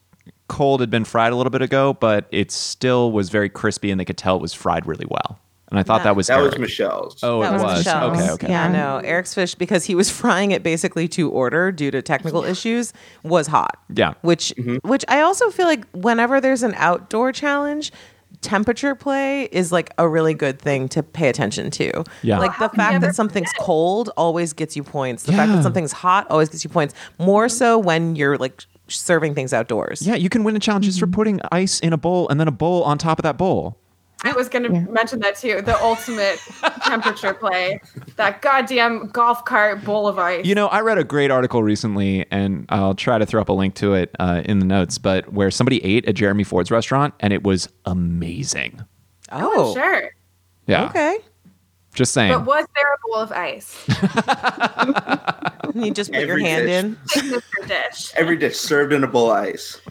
Speaker 1: cold had been fried a little bit ago, but it still was very crispy and they could tell it was fried really well. And I thought
Speaker 4: That-
Speaker 1: that was
Speaker 2: That was
Speaker 1: Eric.
Speaker 2: Michelle's.
Speaker 1: Oh,
Speaker 4: That
Speaker 1: it
Speaker 4: was
Speaker 1: was.
Speaker 4: Michelle's.
Speaker 1: Okay, okay.
Speaker 4: Yeah,
Speaker 5: Yeah.
Speaker 4: no, Eric's fish because he was frying it basically to order due to technical issues was hot.
Speaker 1: Yeah.
Speaker 4: Which
Speaker 3: Mm-hmm.
Speaker 4: which I also feel like whenever there's an outdoor challenge, temperature play is like a really good thing to pay attention to.
Speaker 1: Yeah.
Speaker 4: Like the
Speaker 3: How can you
Speaker 4: fact
Speaker 3: ever
Speaker 4: that something's cold always gets you points. The fact
Speaker 1: Yeah.
Speaker 4: that something's hot always gets you points. More
Speaker 3: Mm-hmm.
Speaker 4: so when you're like serving things outdoors.
Speaker 1: Yeah, you can win a challenge just for
Speaker 5: Mm-hmm.
Speaker 1: putting ice in a bowl and then a bowl on top of that bowl.
Speaker 3: I was going to mention that too. The ultimate temperature play, that goddamn golf cart bowl of ice.
Speaker 1: You know, I read a great article recently, and I'll try to throw up a link to it uh, in the notes, but where somebody ate at Jeremy Ford's restaurant and it was amazing.
Speaker 4: Oh.
Speaker 3: sure.
Speaker 1: Yeah.
Speaker 4: Okay.
Speaker 1: Just saying.
Speaker 3: But was there a bowl of ice?
Speaker 4: You just put your
Speaker 2: Every
Speaker 4: hand
Speaker 2: dish.
Speaker 4: in.
Speaker 3: Signature dish.
Speaker 2: every dish served in a bowl of ice.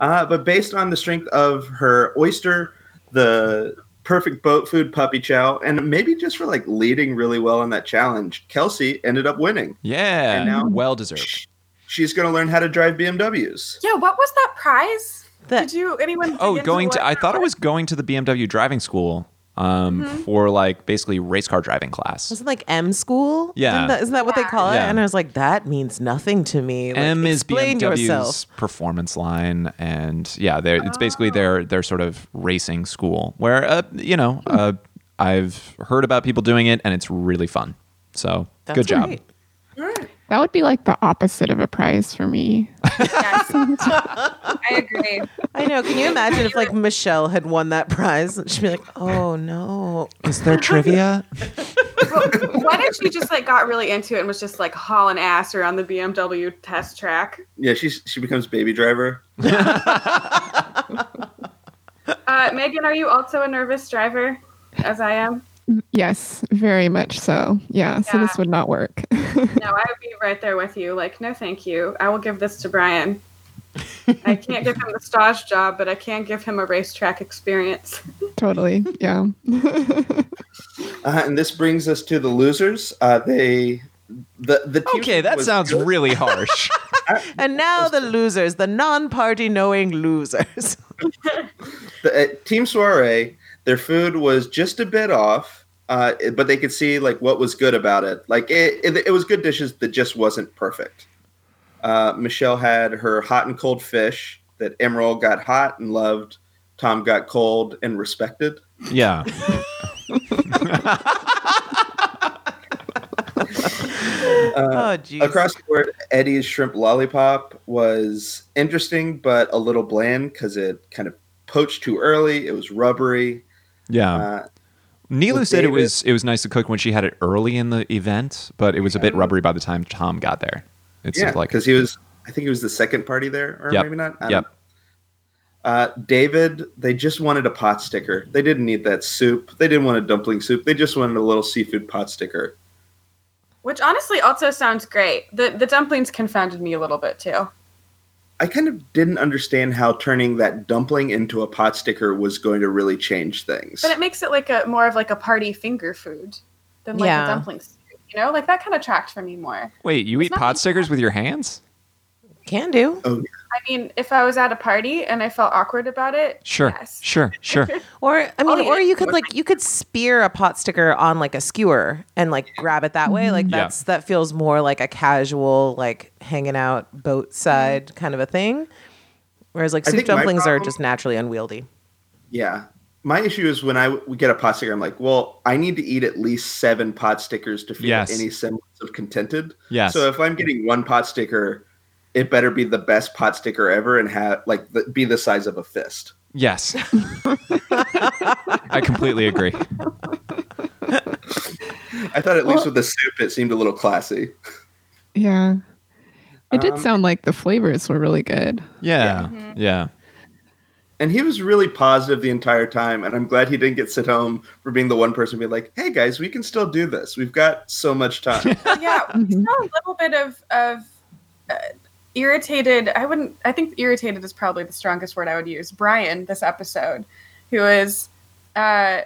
Speaker 2: uh, but based on the strength of her oyster, the perfect boat food puppy chow, and maybe just for like leading really well in that challenge, Kelsey ended up winning.
Speaker 1: yeah.
Speaker 2: And now-
Speaker 1: well deserved.
Speaker 2: Sh- She's going to learn how to drive BMWs.
Speaker 3: Yeah, what was that prize?
Speaker 4: That-
Speaker 3: Did you anyone? dig
Speaker 1: Oh,
Speaker 3: into
Speaker 1: going to,
Speaker 3: what
Speaker 1: I
Speaker 3: that
Speaker 1: thought it was going to the BMW driving school um,
Speaker 4: Mm-hmm.
Speaker 1: for like basically race car driving class.
Speaker 4: Wasn't like M school?
Speaker 1: Yeah.
Speaker 4: Isn't that, isn't that what they call it?
Speaker 1: Yeah.
Speaker 4: And I was like, that means nothing to me. Like,
Speaker 1: M is
Speaker 4: explain
Speaker 1: BMW's
Speaker 4: yourself. Oh.
Speaker 1: performance line, and yeah, they're, it's basically their their sort of racing school where uh, you know
Speaker 4: Hmm.
Speaker 1: uh, I've heard about people doing it, and it's really fun. So
Speaker 4: That's
Speaker 1: good job.
Speaker 4: great.
Speaker 5: that would be like the opposite of a prize for me.
Speaker 3: Yes. I agree.
Speaker 4: I know. Can you imagine if like Michelle had won that prize? She'd be like, oh no.
Speaker 1: Is there trivia?
Speaker 3: But what if she just like got really into it and was just like hauling ass around the BMW test track?
Speaker 2: Yeah, she's, she becomes baby driver.
Speaker 3: Uh, Megan, are you also a nervous driver, as I am?
Speaker 5: Yes, very much so. Yeah, so
Speaker 3: Yeah.
Speaker 5: this would not work.
Speaker 3: No, I would be right there with you. Like, no, thank you. I will give this to Brian. I can't give him the stage job, but I can give him a racetrack experience.
Speaker 5: totally. Yeah.
Speaker 2: Uh, and this brings us to the losers. Uh, they. The, the team
Speaker 1: okay, that
Speaker 2: was
Speaker 1: sounds
Speaker 2: good.
Speaker 1: really harsh.
Speaker 4: And now the losers, the non-party knowing losers.
Speaker 2: the, at Team Soiree, their food was just a bit off, uh, it- but they could see like what was good about it. Like it, it, it was good dishes that just wasn't perfect. Uh, Michelle had her hot and cold fish that Emerald got hot and loved. Tom got cold and respected.
Speaker 1: yeah,
Speaker 4: oh jeez.
Speaker 2: Across the board, Eddie's shrimp lollipop was interesting but a little bland because it kind of poached too early. It was rubbery.
Speaker 1: yeah.
Speaker 2: Uh,
Speaker 1: Nilu
Speaker 2: with
Speaker 1: said it
Speaker 2: David-
Speaker 1: was it was nice to cook when she had it early in the event, but it was a bit rubbery by the time Tom got there. It's
Speaker 2: yeah,
Speaker 1: sort of like
Speaker 2: because he was, I think he was the second party there, or
Speaker 1: Yep.
Speaker 2: maybe not. I don't
Speaker 1: Yep.
Speaker 2: know. Uh, David, they just wanted a pot sticker. They didn't need that soup. They didn't want a dumpling soup. They just wanted a little seafood pot sticker.
Speaker 3: Which honestly also sounds great. The the dumplings confounded me a little bit too.
Speaker 2: I kind of didn't understand how turning that dumpling into a pot sticker was going to really change things.
Speaker 3: But it makes it like a more of like a party finger food than like
Speaker 4: Yeah.
Speaker 3: a dumpling soup. You know, like that kind of tracked for me more.
Speaker 1: wait, you eat
Speaker 3: not
Speaker 1: pot
Speaker 3: like-
Speaker 1: stickers with your hands?
Speaker 4: Can do.
Speaker 2: oh, yeah.
Speaker 3: I mean, if I was at a party and I felt awkward about it,
Speaker 1: Sure,
Speaker 3: yes.
Speaker 1: sure, sure.
Speaker 4: Or I mean,
Speaker 3: yeah.
Speaker 4: or you could like you could spear a pot sticker on like a skewer and like grab it that way. Like
Speaker 1: Yeah.
Speaker 4: that's that feels more like a casual like hanging out boat side kind of a thing. Whereas like
Speaker 2: I
Speaker 4: soup
Speaker 2: think my
Speaker 4: dumplings are
Speaker 2: problem-
Speaker 4: just naturally unwieldy.
Speaker 2: Yeah. My issue is when I w- get a pot sticker, I'm like, well, I need to eat at least seven pot stickers to feel
Speaker 1: Yes.
Speaker 2: any semblance of contented.
Speaker 1: Yes.
Speaker 2: So if I'm getting one pot sticker, it better be the best pot sticker ever and have like the, be the size of a fist.
Speaker 1: Yes. I completely agree.
Speaker 2: I thought at least with the soup, it seemed a little classy.
Speaker 6: Yeah. It did
Speaker 2: Um,
Speaker 6: sound like the flavors were really good.
Speaker 1: Yeah. Yeah.
Speaker 2: And he was really positive the entire time, and I'm glad he didn't get sent home for being the one person to be like, "Hey guys, we can still do this. We've got so much time."
Speaker 3: yeah, we
Speaker 6: Mhm.
Speaker 3: saw a little bit of of uh, irritated. I wouldn't. I think irritated is probably the strongest word I would use. Brian, this episode, who is uh,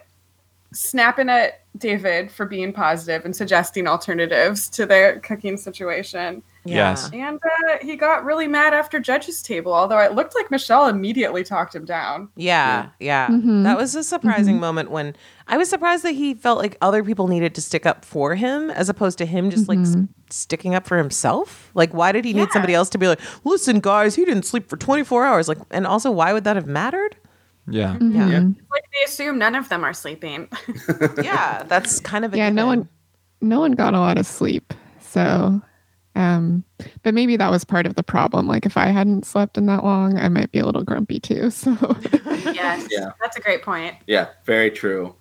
Speaker 3: snapping at David for being positive and suggesting alternatives to the cooking situation,
Speaker 1: Yes.
Speaker 3: and uh, he got really mad after judges' table. Although it looked like Michelle immediately talked him down.
Speaker 4: Yeah, yeah.
Speaker 6: Mhm.
Speaker 4: That was a surprising moment when I was surprised that he felt like other people needed to stick up for him as opposed to him just like s- sticking up for himself. Like, why did he need somebody else to be like, listen, guys, he didn't sleep for 24 hours? Like, and also, why would that have mattered?
Speaker 1: Yeah.
Speaker 4: Yeah.
Speaker 5: Mm-hmm.
Speaker 6: Mhm.
Speaker 3: It's Like they assume none of them are sleeping.
Speaker 4: Yeah, that's kind of a
Speaker 6: yeah no
Speaker 4: given.
Speaker 6: one no one got a lot of sleep so um but maybe that was part of the problem like if i hadn't slept in that long i might be a little grumpy too so
Speaker 3: yes,
Speaker 2: Yeah.
Speaker 3: that's a great point.
Speaker 2: yeah, very true.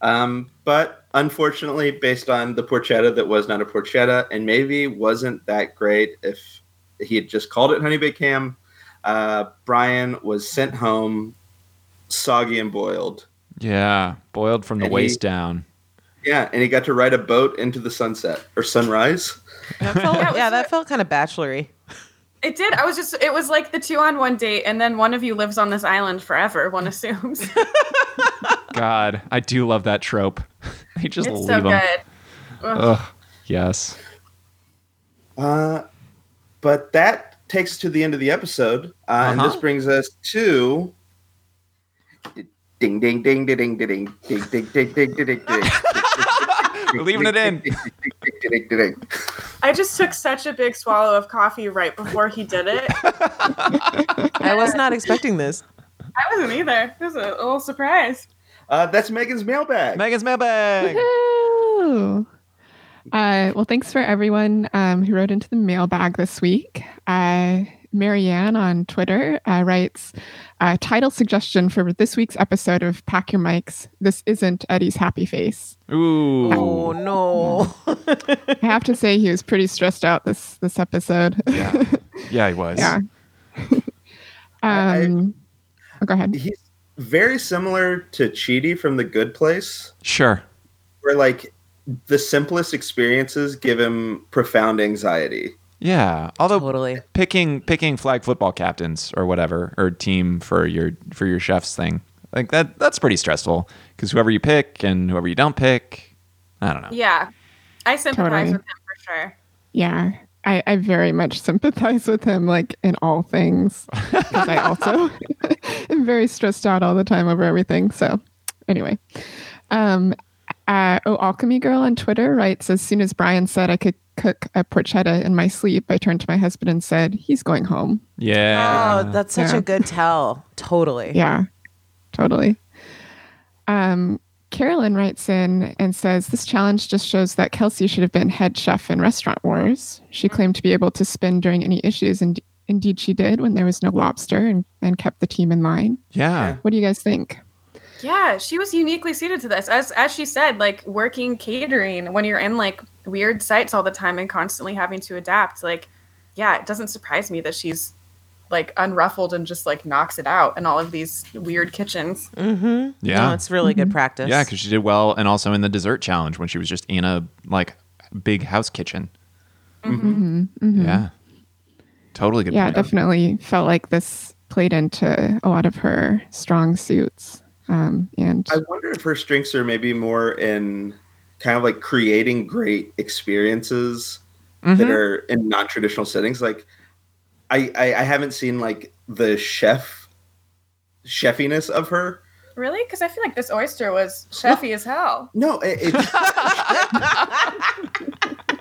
Speaker 2: Um, but unfortunately, based on the porchetta that was not a porchetta, and maybe wasn't that great if he had just called it honey baked ham, uh, Brian was sent home soggy and boiled.
Speaker 1: Yeah. Boiled from the
Speaker 2: And he-
Speaker 1: waist down.
Speaker 2: Yeah, and he got to ride a boat into the sunset or sunrise.
Speaker 4: That felt-
Speaker 3: That was
Speaker 4: yeah, that
Speaker 3: it.
Speaker 4: felt kind of bachelory.
Speaker 3: It did. I was just. It was like the two on one date, and then one of you lives on this island forever. One assumes.
Speaker 1: God, I do love that trope. they just
Speaker 3: it's
Speaker 1: leave
Speaker 3: so
Speaker 1: them.
Speaker 3: good. Ugh.
Speaker 1: Ugh. Yes.
Speaker 2: Uh, but that takes us to the end of the episode, uh, and
Speaker 1: Uh-huh.
Speaker 2: this brings us to. Ding ding ding ding ding ding ding ding ding ding ding ding.
Speaker 1: We're leaving it in.
Speaker 2: in.
Speaker 3: I just took such a big swallow of coffee right before he did it.
Speaker 4: I was not expecting this.
Speaker 3: I wasn't either. It was a little surprise.
Speaker 2: Uh, that's Megan's mailbag.
Speaker 1: Megan's mailbag.
Speaker 6: Woohoo! Uh, well, thanks for everyone um, who wrote into the mailbag this week. Uh, Marianne on Twitter uh, writes, uh, title suggestion for this week's episode of Pack Your Mics. This isn't Eddie's happy face.
Speaker 1: Ooh.
Speaker 4: Oh, no.
Speaker 6: I have to say he was pretty stressed out this this episode.
Speaker 1: Yeah. Yeah, he was.
Speaker 6: yeah.
Speaker 2: I-
Speaker 6: um, oh, go ahead.
Speaker 2: He's very similar to Chidi from The Good Place,
Speaker 1: Sure.
Speaker 2: where like the simplest experiences give him profound anxiety.
Speaker 1: Yeah. Although
Speaker 4: totally.
Speaker 1: picking picking flag football captains or whatever or team for your for your chef's thing like that that's pretty stressful because whoever you pick and whoever you don't pick i don't know
Speaker 3: Yeah, I sympathize
Speaker 6: Totally.
Speaker 3: with him for sure.
Speaker 6: Yeah. I, I very much sympathize with him, like in all things. 'cause I also am very stressed out all the time over everything. So, anyway. Um, uh, oh, Alchemy Girl on Twitter writes As soon as Brian said I could cook a porchetta in my sleep, I turned to my husband and said, He's going home.
Speaker 1: yeah
Speaker 4: Oh, that's such
Speaker 6: Yeah.
Speaker 4: a good tell. Totally.
Speaker 6: Yeah, totally. Um, Carolyn writes in and says this challenge just shows that Kelsey should have been head chef in Restaurant Wars. She claimed to be able to spin during any issues, and indeed she did when there was no lobster and, and kept the team in line.
Speaker 1: yeah
Speaker 6: What do you guys think?
Speaker 3: Yeah, she was uniquely suited to this, as as she said, like working catering when you're in like weird sites all the time and constantly having to adapt. Like, yeah, it doesn't surprise me that she's like unruffled and just like knocks it out in all of these weird kitchens.
Speaker 4: Mm-hmm.
Speaker 1: Yeah.
Speaker 4: No, it's really
Speaker 6: Mm-hmm.
Speaker 4: good practice.
Speaker 1: yeah because she did well and also in the dessert challenge when she was just in a like big house kitchen
Speaker 6: Mm-hmm, hmm
Speaker 1: yeah totally good
Speaker 6: yeah,
Speaker 1: point.
Speaker 6: definitely felt like this played into a lot of her strong suits. Um, and
Speaker 2: I wonder if her strengths are maybe more in kind of like creating great experiences that
Speaker 1: Mhm.
Speaker 2: are in non-traditional settings. Like I, I I haven't seen like the chef chefiness of her.
Speaker 7: Really? Because I feel like this oyster was chefy as hell.
Speaker 2: No, it, it's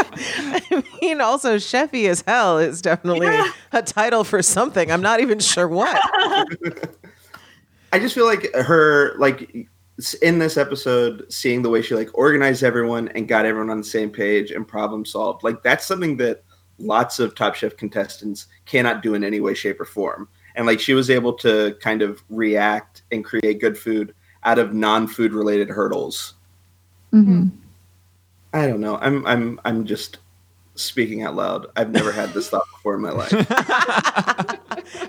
Speaker 4: I mean, also chefy as hell is definitely a title for something. I'm not even sure what.
Speaker 2: I just feel like her like s- in this episode, seeing the way she like organized everyone and got everyone on the same page and problem solved, like that's something that lots of Top Chef contestants cannot do in any way, shape, or form. And like she was able to kind of react and create good food out of non-food related hurdles.
Speaker 6: mm-hmm.
Speaker 5: Mhm.
Speaker 2: I don't know. I'm I'm I'm just speaking out loud. I've never had this thought before in my life.
Speaker 4: I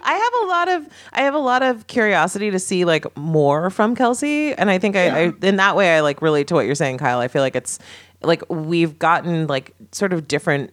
Speaker 4: have a lot of I have a lot of curiosity to see like more from Kelsey, and I think I, I in that way I like relate to what you're saying, Kyle. I feel like it's like we've gotten like sort of different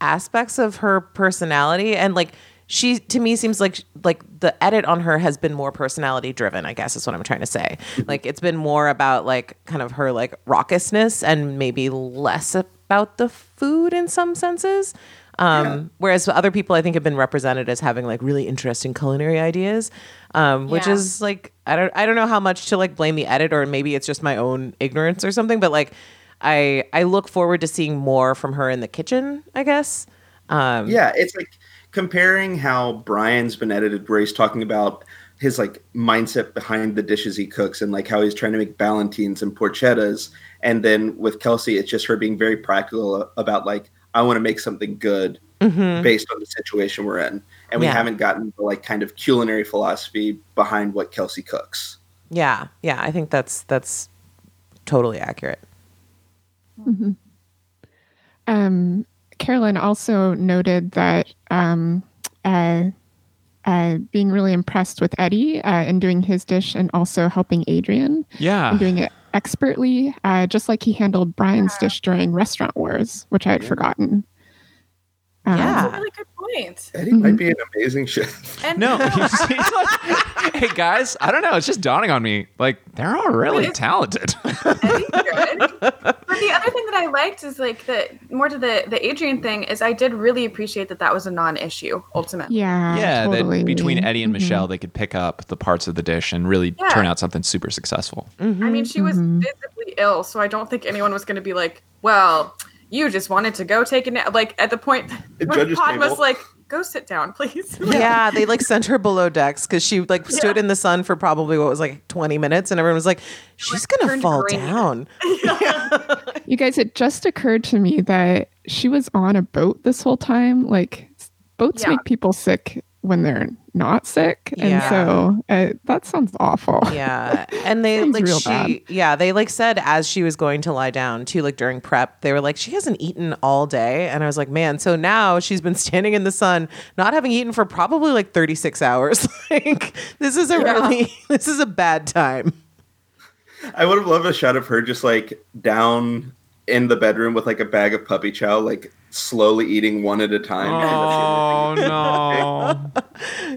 Speaker 4: aspects of her personality, and like she to me seems like like the edit on her has been more personality driven. I guess is what I'm trying to say. Like it's been more about like kind of her like raucousness and maybe less about the food in some senses. Um, Whereas other people, I think, have been represented as having like really interesting culinary ideas, um, which
Speaker 7: Yeah.
Speaker 4: is like I don't I don't know how much to like blame the edit or maybe it's just my own ignorance or something. But like I I look forward to seeing more from her in the kitchen. I guess. Um,
Speaker 2: yeah, it's like comparing how Brian's been edited, where he's talking about his like mindset behind the dishes he cooks and like how he's trying to make ballantines and porchettas, and then with Kelsey, it's just her being very practical about like I want to make something good
Speaker 7: Mm-hmm.
Speaker 4: mhm.
Speaker 2: based on the situation we're in, and we
Speaker 4: Yeah.
Speaker 2: haven't gotten the like kind of culinary philosophy behind what Kelsey cooks.
Speaker 4: Yeah, yeah, I think that's that's totally accurate.
Speaker 6: Um, Carolyn also noted that um, uh, uh, being really impressed with Eddie uh, and doing his dish and also helping Adrian and
Speaker 1: Yeah.
Speaker 6: doing it expertly, uh, just like he handled Brian's dish during Restaurant Wars, which I had forgotten. Um,
Speaker 4: Yeah.
Speaker 7: That's a really good point.
Speaker 2: Eddie
Speaker 4: Mm-hmm.
Speaker 2: might be an amazing chef.
Speaker 7: And
Speaker 1: No. he's- he's like, hey guys, I don't know. It's just dawning on me. Like they're all really talented.
Speaker 7: Eddie's good. But the other thing that I liked is like the more to the the Adrian thing is I did really appreciate that that was a non-issue ultimately.
Speaker 6: Yeah.
Speaker 1: yeah.
Speaker 6: totally.
Speaker 1: That between Eddie and
Speaker 4: Mm-hmm.
Speaker 6: Mhm.
Speaker 1: Michelle, they could pick up the parts of the dish and really
Speaker 7: Yeah.
Speaker 1: turn out something super successful.
Speaker 7: I mean, she was
Speaker 6: Mhm.
Speaker 7: visibly ill, so I don't think anyone was going to be like, "Well, you just wanted to go take a nap." Like at the point
Speaker 2: The
Speaker 7: when
Speaker 2: judge's
Speaker 7: Pod was
Speaker 2: table.
Speaker 7: like, "Go sit down, please."
Speaker 4: Yeah. they like sent her below decks because she like stood in the sun for probably what was like 20 minutes, and everyone was like, "She's gonna
Speaker 7: turned
Speaker 4: fall
Speaker 7: green.
Speaker 4: down."
Speaker 6: You guys, it just occurred to me that she was on a boat this whole time. Like, s- boats
Speaker 7: Yeah.
Speaker 6: make people sick when they're not sick.
Speaker 4: Yeah.
Speaker 6: And so uh, that sounds awful.
Speaker 4: Yeah, and they
Speaker 6: Sounds
Speaker 4: like
Speaker 6: real
Speaker 4: she,
Speaker 6: bad.
Speaker 4: yeah, they like said as she was going to lie down too, like during prep, they were like, "She hasn't eaten all day," and I was like, "Man, so now she's been standing in the sun, not having eaten for probably like 36 hours. like this is a really this is a bad time."
Speaker 2: I would have loved a shot of her just like down in the bedroom with like a bag of puppy chow, like slowly eating one at a time.
Speaker 1: Oh no.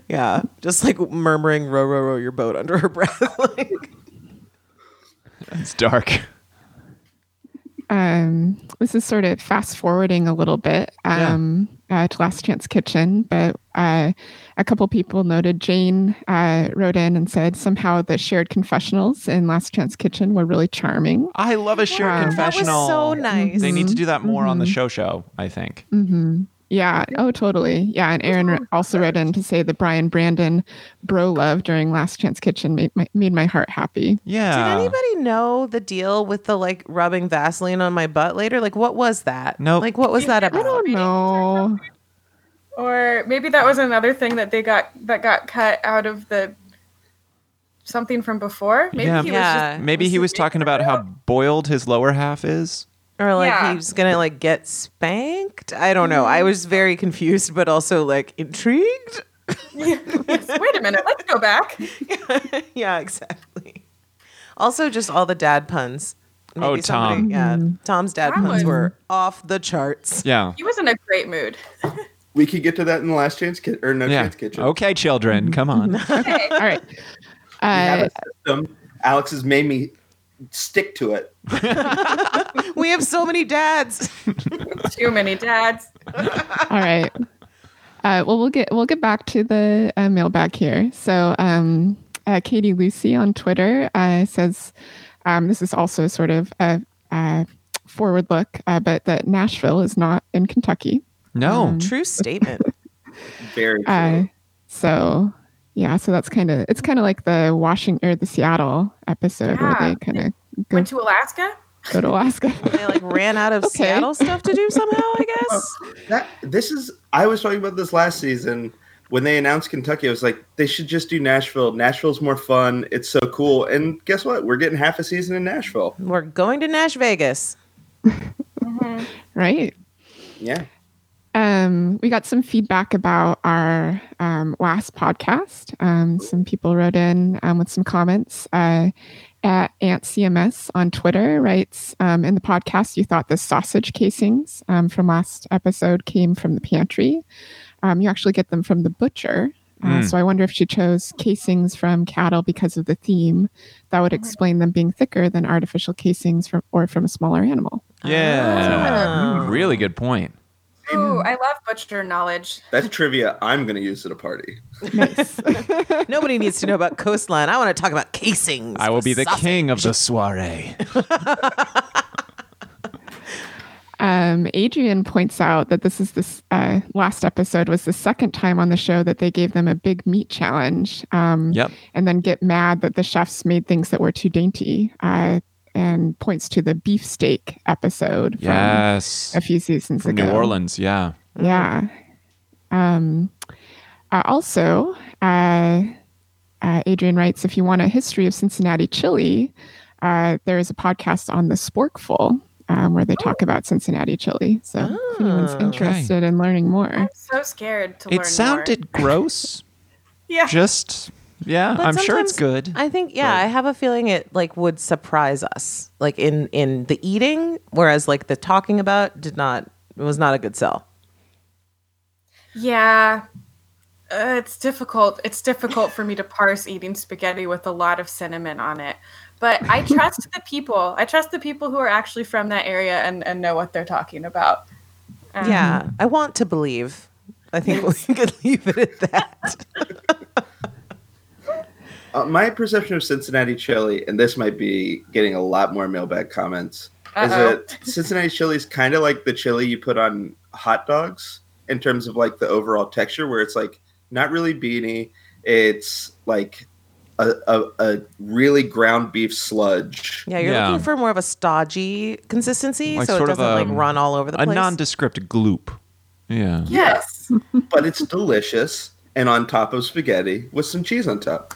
Speaker 4: Yeah, just like murmuring "row, row, row your boat" under her breath. like,
Speaker 1: It's dark.
Speaker 6: um, this is sort of fast forwarding a little bit um, uh, to Last Chance Kitchen, but uh, a couple people noted Jane uh, wrote in and said somehow the shared confessionals in Last Chance Kitchen were really charming.
Speaker 1: I love a shared
Speaker 6: Wow.
Speaker 4: that was
Speaker 1: confessional.
Speaker 4: so Mm-hmm. nice.
Speaker 1: They need to do that more on the show show, I think.
Speaker 6: hmm Yeah. Oh, totally. Yeah. And Aaron re- also wrote in to say the Brian Brandon bro love during Last Chance Kitchen made my, made my heart happy.
Speaker 4: Did
Speaker 1: Yeah.
Speaker 4: anybody know the deal with the like rubbing Vaseline on my butt later? Like, what was that?
Speaker 1: Nope.
Speaker 4: Like, what was that
Speaker 6: I
Speaker 4: about?
Speaker 6: don't know.
Speaker 7: Or maybe that was another thing that they got that got cut out of the something from before. Maybe
Speaker 1: Yeah.
Speaker 7: he was
Speaker 4: Yeah.
Speaker 1: Maybe he was talking about how boiled his lower half is.
Speaker 4: Or like
Speaker 7: Yeah.
Speaker 4: he's gonna like get spanked? I don't know. I was very confused, but also like intrigued.
Speaker 7: just wait a minute, let's go back.
Speaker 4: yeah, exactly. Also, just all the dad puns.
Speaker 1: Oh, Tom.
Speaker 4: Yeah, Tom's dad
Speaker 7: That
Speaker 4: puns
Speaker 7: was-
Speaker 4: were off the charts.
Speaker 1: Yeah.
Speaker 7: He was in a great mood.
Speaker 2: We could get to that in the last chance kitchen or no
Speaker 1: Yeah.
Speaker 2: chance kitchen.
Speaker 1: Okay,
Speaker 4: Mm-hmm.
Speaker 1: children, come on.
Speaker 7: Hey,
Speaker 6: All right.
Speaker 2: We have
Speaker 6: Uh,
Speaker 2: a system. Alex has made me stick to it.
Speaker 4: We have so many dads.
Speaker 7: too many dads.
Speaker 6: all right. Uh, well, we'll get we'll get back to the uh, mailbag here. So, um, uh, Katie Lucy on Twitter uh, says um, this is also sort of a, a forward look, uh, but that Nashville is not in Kentucky.
Speaker 1: No.
Speaker 6: Um,
Speaker 4: True statement.
Speaker 2: Very true.
Speaker 6: Uh, so yeah, so that's kind of it's kind of like the Washington or the Seattle episode where
Speaker 7: Yeah.
Speaker 6: they kind of go,
Speaker 7: Went to Alaska.
Speaker 6: go to Alaska.
Speaker 4: they like ran out of
Speaker 6: Okay.
Speaker 4: Seattle stuff to do somehow, I guess.
Speaker 2: That this is I was talking about this last season when they announced Kentucky. I was like, they should just do Nashville. Nashville's more fun. It's so cool. And guess what? We're getting half a season in Nashville.
Speaker 4: We're going to Nash Vegas.
Speaker 6: right.
Speaker 2: Yeah.
Speaker 6: Um, we got some feedback about our um, last podcast. Um, some people wrote in um, with some comments. Uh, at Aunt CMS on Twitter writes um, in the podcast, you thought the sausage casings um, from last episode came from the pantry. Um, you actually get them from the butcher. Uh,
Speaker 1: Mm.
Speaker 6: So I wonder if she chose casings from cattle because of the theme. That would explain them being thicker than artificial casings from or from a smaller animal.
Speaker 1: Yeah.
Speaker 4: Oh.
Speaker 1: Really good point.
Speaker 7: Ooh, I love butcher knowledge.
Speaker 2: That's trivia I'm gonna use at a party.
Speaker 6: Nice.
Speaker 4: Nobody needs to know about coastline. I want to talk about casings.
Speaker 1: I will be the
Speaker 4: Sausage.
Speaker 1: king of the soiree.
Speaker 6: Um, Adrian points out that this is this uh, last episode was the second time on the show that they gave them a big meat challenge, um,
Speaker 1: Yep.
Speaker 6: and then get mad that the chefs made things that were too dainty, uh, and points to the beefsteak episode from
Speaker 1: Yes.
Speaker 6: a few seasons
Speaker 1: From
Speaker 6: ago.
Speaker 1: New Orleans. Yeah.
Speaker 6: Yeah. Um, uh, also, uh, uh, Adrian writes if you want a history of Cincinnati chili, uh, there is a podcast on the Sporkful um, where they talk about Cincinnati chili. So if anyone's
Speaker 4: Oh.
Speaker 6: interested in learning more,
Speaker 7: I'm so scared to learn.
Speaker 1: It sounded gross.
Speaker 7: More. Yeah.
Speaker 1: Just yeah,
Speaker 4: But
Speaker 1: I'm sure it's
Speaker 4: sometimes
Speaker 1: good.
Speaker 4: I think yeah, I have a feeling it like would surprise us, like in in the eating, whereas like the talking about did not it was not a good sell.
Speaker 7: Yeah. Uh, it's difficult. It's difficult for me to parse eating spaghetti with a lot of cinnamon on it. But I trust the people. I trust the people who are actually from that area and, and know what they're talking about. Um,
Speaker 4: Yeah, I want to believe. I think we could leave it at that.
Speaker 2: Uh, my perception of Cincinnati chili, and this might be getting a lot more mailbag comments, is
Speaker 7: Uh-oh.
Speaker 2: that Cincinnati chili is kind of like the chili you put on hot dogs in terms of like the overall texture, where it's like not really beany. It's like a, a, a really ground beef sludge.
Speaker 4: Yeah, you're
Speaker 1: Yeah.
Speaker 4: looking for more of a stodgy consistency,
Speaker 1: Like
Speaker 4: so it
Speaker 1: sort of,
Speaker 4: doesn't like
Speaker 1: um,
Speaker 4: run all over the
Speaker 1: A
Speaker 4: place.
Speaker 1: nondescript gloop. Yeah.
Speaker 7: Yes.
Speaker 2: But it's delicious and on top of spaghetti with some cheese on top.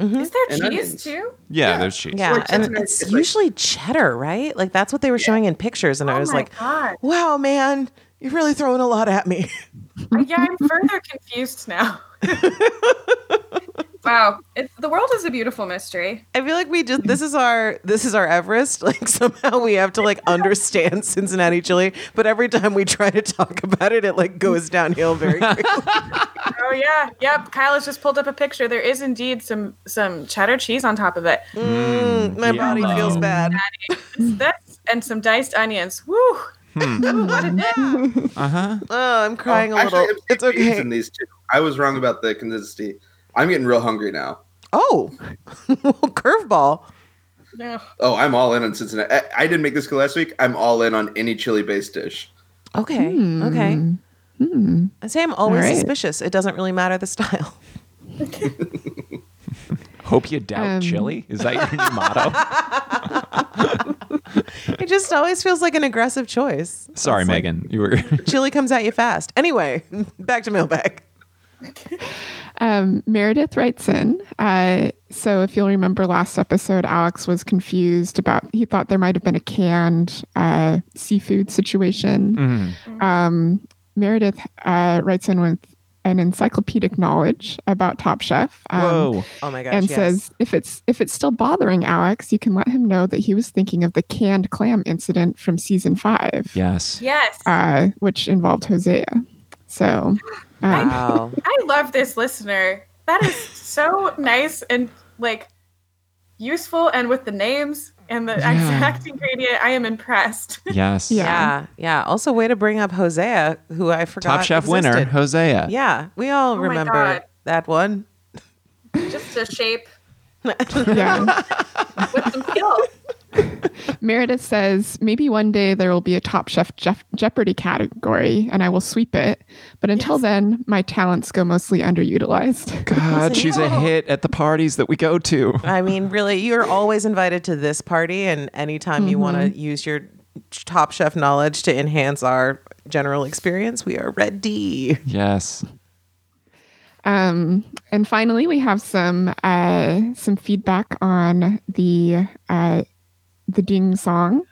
Speaker 7: Is there
Speaker 2: And
Speaker 7: cheese
Speaker 2: onions.
Speaker 7: too?
Speaker 1: Yeah, there's cheese.
Speaker 4: yeah,
Speaker 2: like
Speaker 4: and
Speaker 2: sometimes
Speaker 4: it's,
Speaker 2: it's like-
Speaker 4: usually cheddar, right? Like that's what they were showing in pictures, and I
Speaker 7: Oh
Speaker 4: was
Speaker 7: my
Speaker 4: like,
Speaker 7: God.
Speaker 4: "Wow, man, you're really throwing a lot at me."
Speaker 7: Uh, yeah, I'm further confused now. wow, it, the world is a beautiful mystery.
Speaker 4: I feel like we just this is our this is our Everest. Like somehow we have to like understand Cincinnati chili, but every time we try to talk about it, it like goes downhill very quickly.
Speaker 7: Oh yeah, yep. Kyle has just pulled up a picture. There is indeed some some cheddar cheese on top of it.
Speaker 4: Mm, my body
Speaker 1: yellow.
Speaker 6: Oh.
Speaker 4: feels bad.
Speaker 7: It's this and some diced onions. Woo!
Speaker 1: Hmm.
Speaker 7: Ooh, what a dip.
Speaker 1: Uh huh.
Speaker 4: Oh, I'm crying
Speaker 2: Oh,
Speaker 4: a little.
Speaker 2: actually, I'm
Speaker 4: It's
Speaker 2: seeing beans
Speaker 4: okay.
Speaker 2: In these two. I was wrong about the consistency. I'm getting real hungry now.
Speaker 4: Oh, well, curveball.
Speaker 7: No.
Speaker 2: Oh, I'm all in on Cincinnati. I, I didn't make this call last week. I'm all in on any chili based dish.
Speaker 4: Okay, okay.
Speaker 6: Hmm.
Speaker 4: I say I'm always
Speaker 6: All right.
Speaker 4: suspicious. It doesn't really matter the style.
Speaker 1: Hope you doubt
Speaker 6: Um,
Speaker 1: chili. Is that your new motto?
Speaker 4: It just always feels like an aggressive choice.
Speaker 1: Sorry,
Speaker 4: It's like
Speaker 1: Megan. You were
Speaker 4: chili comes at you fast. Anyway, back to mailbag.
Speaker 6: Um, Meredith writes in. Uh, so, if you'll remember last episode, Alex was confused about, he thought there might have been a canned uh, seafood situation.
Speaker 1: Mhm.
Speaker 6: Um, Meredith uh, writes in with an encyclopedic knowledge about Top Chef. Um,
Speaker 1: Whoa.
Speaker 4: Oh my gosh!
Speaker 6: And
Speaker 4: yes.
Speaker 6: says if it's if it's still bothering Alex, you can let him know that he was thinking of the canned clam incident from season five,
Speaker 1: Yes.
Speaker 7: Yes,
Speaker 6: uh, which involved Hosea. So, um,
Speaker 4: "Wow,
Speaker 7: I love this listener. That is so nice and like useful, and with the names, and the
Speaker 1: Yeah.
Speaker 7: exact ingredient. I am impressed.
Speaker 1: Yes.
Speaker 6: Yeah.
Speaker 4: Yeah, yeah. Also, way to bring up Hosea, who I forgot.
Speaker 1: Top Chef winner,
Speaker 4: existed.
Speaker 1: Hosea.
Speaker 4: Yeah, we all
Speaker 7: Oh my
Speaker 4: remember
Speaker 7: God.
Speaker 4: that one.
Speaker 7: Just a shape
Speaker 6: Yeah.
Speaker 7: with some skills.
Speaker 6: Meredith says maybe one day there will be a Top Chef Jef- Jeopardy category, and I will sweep it. But until then, my talents go mostly underutilized.
Speaker 1: God, she's a
Speaker 4: Hosea.
Speaker 1: hit at the parties that we go to.
Speaker 4: I mean, really, you're always invited to this party, and anytime you want
Speaker 1: Mm-hmm.
Speaker 4: to use your Top Chef knowledge to enhance our general experience, we are ready.
Speaker 1: Yes.
Speaker 6: Um, and finally, we have some uh, some feedback on the uh, the ding song.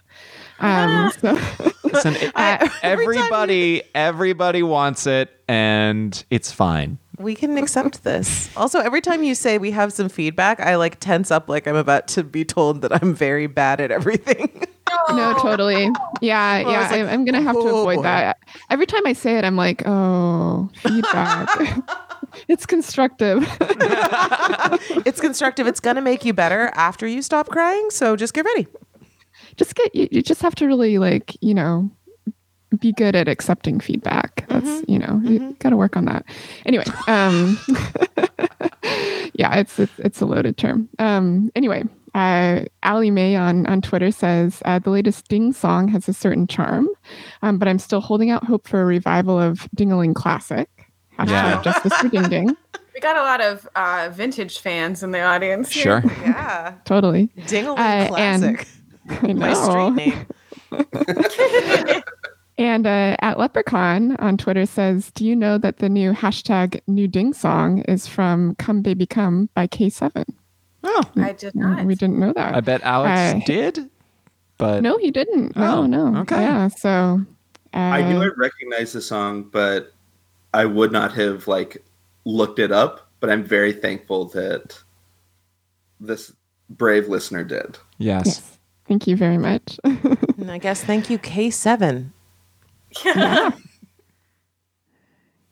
Speaker 6: Um, so
Speaker 1: Listen, it-
Speaker 4: Ah, I- every time
Speaker 1: everybody, everybody wants it, and it's fine.
Speaker 4: We can accept this. Also, every time you say we have some feedback, I like tense up like I'm about to be told that I'm very bad at everything.
Speaker 6: no, totally. Yeah,
Speaker 4: Well, Oh, I
Speaker 6: yeah.
Speaker 4: was like,
Speaker 6: I, I'm gonna have to
Speaker 4: oh,
Speaker 6: avoid
Speaker 4: boy.
Speaker 6: that. Every time I say it, I'm like, oh, feedback. it's constructive.
Speaker 4: it's constructive. It's going to make you better after you stop crying, so just get ready.
Speaker 6: just get you, you. Just have to really like you know be good at accepting feedback. That's you know you got to work on that. Anyway, um, yeah, it's, it's it's a loaded term. Um, anyway. Uh, Ali May on, on Twitter says uh, the latest Ding song has a certain charm, um, but I'm still holding out hope for a revival of Dingaling Classic. Hashtag
Speaker 1: Yeah.
Speaker 6: justice for Ding Ding.
Speaker 7: We got a lot of uh, vintage fans in the audience. here.
Speaker 1: Sure.
Speaker 4: Yeah.
Speaker 6: Totally.
Speaker 4: Dingle
Speaker 6: Uh, and-
Speaker 4: classic.
Speaker 6: I
Speaker 4: My
Speaker 6: know.
Speaker 4: street name.
Speaker 6: And uh, at Leprechaun on Twitter says, "Do you know that the new hashtag New Ding Song is from Come Baby Come by K7?"
Speaker 1: Oh,
Speaker 7: I did
Speaker 6: No,
Speaker 7: not.
Speaker 6: we didn't know that.
Speaker 1: I bet Alex
Speaker 6: Uh,
Speaker 1: did, but
Speaker 6: No, he didn't.
Speaker 1: Oh,
Speaker 6: no, no.
Speaker 1: okay.
Speaker 6: Yeah. So. Uh,
Speaker 2: I knew I recognized the song, but I would not have like looked it up. But I'm very thankful that this brave listener did.
Speaker 1: yes.
Speaker 6: Yes. Thank you very much.
Speaker 4: And I guess thank you, K7.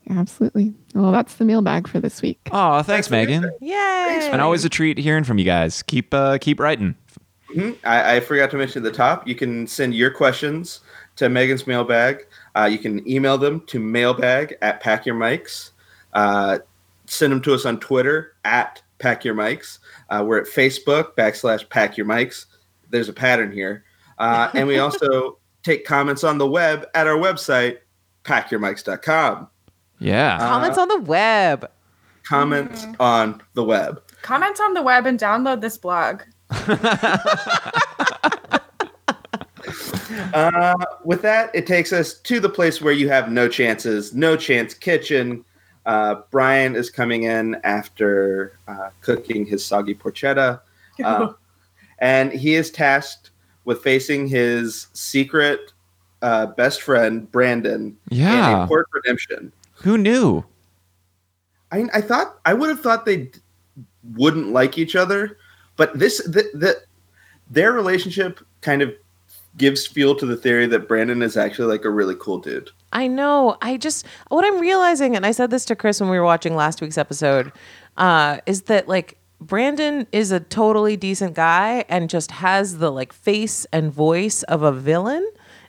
Speaker 6: Absolutely. Well, that's the mailbag for this week.
Speaker 1: Oh, thanks, Megan.
Speaker 4: Yay.
Speaker 1: And always a treat hearing from you guys. Keep uh, keep writing.
Speaker 2: Mhm. I, I forgot to mention at the top. You can send your questions to Megan's mailbag. Uh, you can email them to mailbag at pack your mics. Uh, send them to us on Twitter at pack your mics. Uh, we're at Facebook backslash pack your mics. There's a pattern here. Uh, and we also take comments on the web at our website, packyourmics.com.
Speaker 1: Yeah.
Speaker 4: Comments on the web.
Speaker 2: Comments on the web.
Speaker 7: Comment on the web and download this blog.
Speaker 2: Uh, with that, it takes us to the place where you have no chances, no chance kitchen. Uh, Brian is coming in after uh, cooking his soggy porchetta, uh, and he is tasked with facing his secret uh, best friend Brandon in
Speaker 1: Yeah.
Speaker 2: a court redemption.
Speaker 1: Who knew?
Speaker 2: I, I thought I would have thought they d- wouldn't like each other, but this the, the their relationship kind of gives fuel to the theory that Brandon is actually like a really cool dude.
Speaker 4: I know. I just what I'm realizing, and I said this to Chris when we were watching last week's episode, uh, is that like Brandon is a totally decent guy and just has the like face and voice of a villain.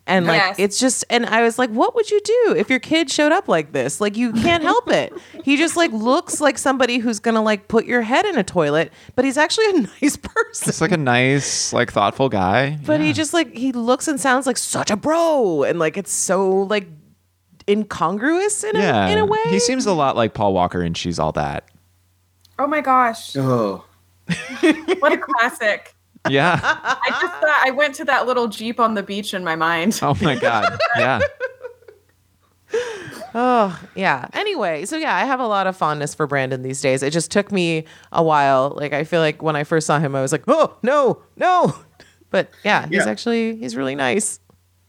Speaker 4: And like
Speaker 7: Yes.
Speaker 4: it's just and I was like, what would you do if your kid showed up like this? Like you can't help it. He just like looks like somebody who's gonna like put your head in a toilet, but he's actually a nice person.
Speaker 1: It's like a nice, like thoughtful guy.
Speaker 4: But
Speaker 1: Yeah.
Speaker 4: he just like he looks and sounds like such a bro, and like it's so like incongruous in a
Speaker 1: yeah.
Speaker 4: in a way.
Speaker 1: He seems a lot like Paul Walker and she's all that.
Speaker 7: Oh my gosh.
Speaker 2: Oh,
Speaker 7: What a classic.
Speaker 1: Yeah.
Speaker 7: I just thought I went to that little Jeep on the beach in my mind.
Speaker 1: Oh my God. Yeah.
Speaker 4: oh yeah. Anyway, so yeah, I have a lot of fondness for Brandon these days. It just took me a while. Like I feel like when I first saw him, I was like, oh no, no. But yeah, he's
Speaker 2: Yeah.
Speaker 4: actually he's really nice.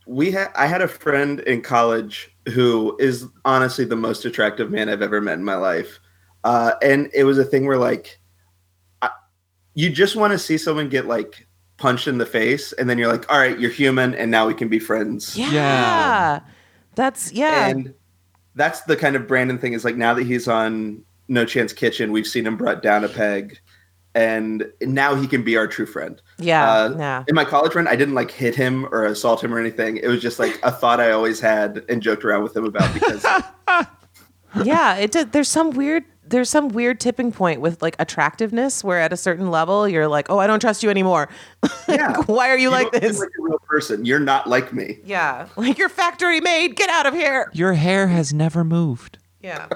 Speaker 2: we had I had a friend in college who is honestly the most attractive man I've ever met in my life, uh, and it was a thing where like, I, you just want to see someone get like punched in the face, and then you're like, all right, you're human, and now we can be friends.
Speaker 4: Yeah.
Speaker 1: Yeah.
Speaker 4: That's yeah.
Speaker 2: And that's the kind of Brandon thing is like now that he's on No Chance Kitchen, we've seen him brought down a peg. and now he can be our true friend.
Speaker 4: Yeah.
Speaker 2: Uh,
Speaker 4: yeah.
Speaker 2: In my college run, I didn't like hit him or assault him or anything. It was just like a thought I always had and joked around with him about because
Speaker 4: yeah it did there's some weird there's some weird tipping point with like attractiveness where at a certain level you're like oh i don't trust you anymore
Speaker 2: yeah,
Speaker 4: why are you, like
Speaker 2: don't seem
Speaker 4: this
Speaker 2: Like a real person, you're not like me.
Speaker 4: yeah like you're factory made get out of here
Speaker 1: Your hair has never moved.
Speaker 4: yeah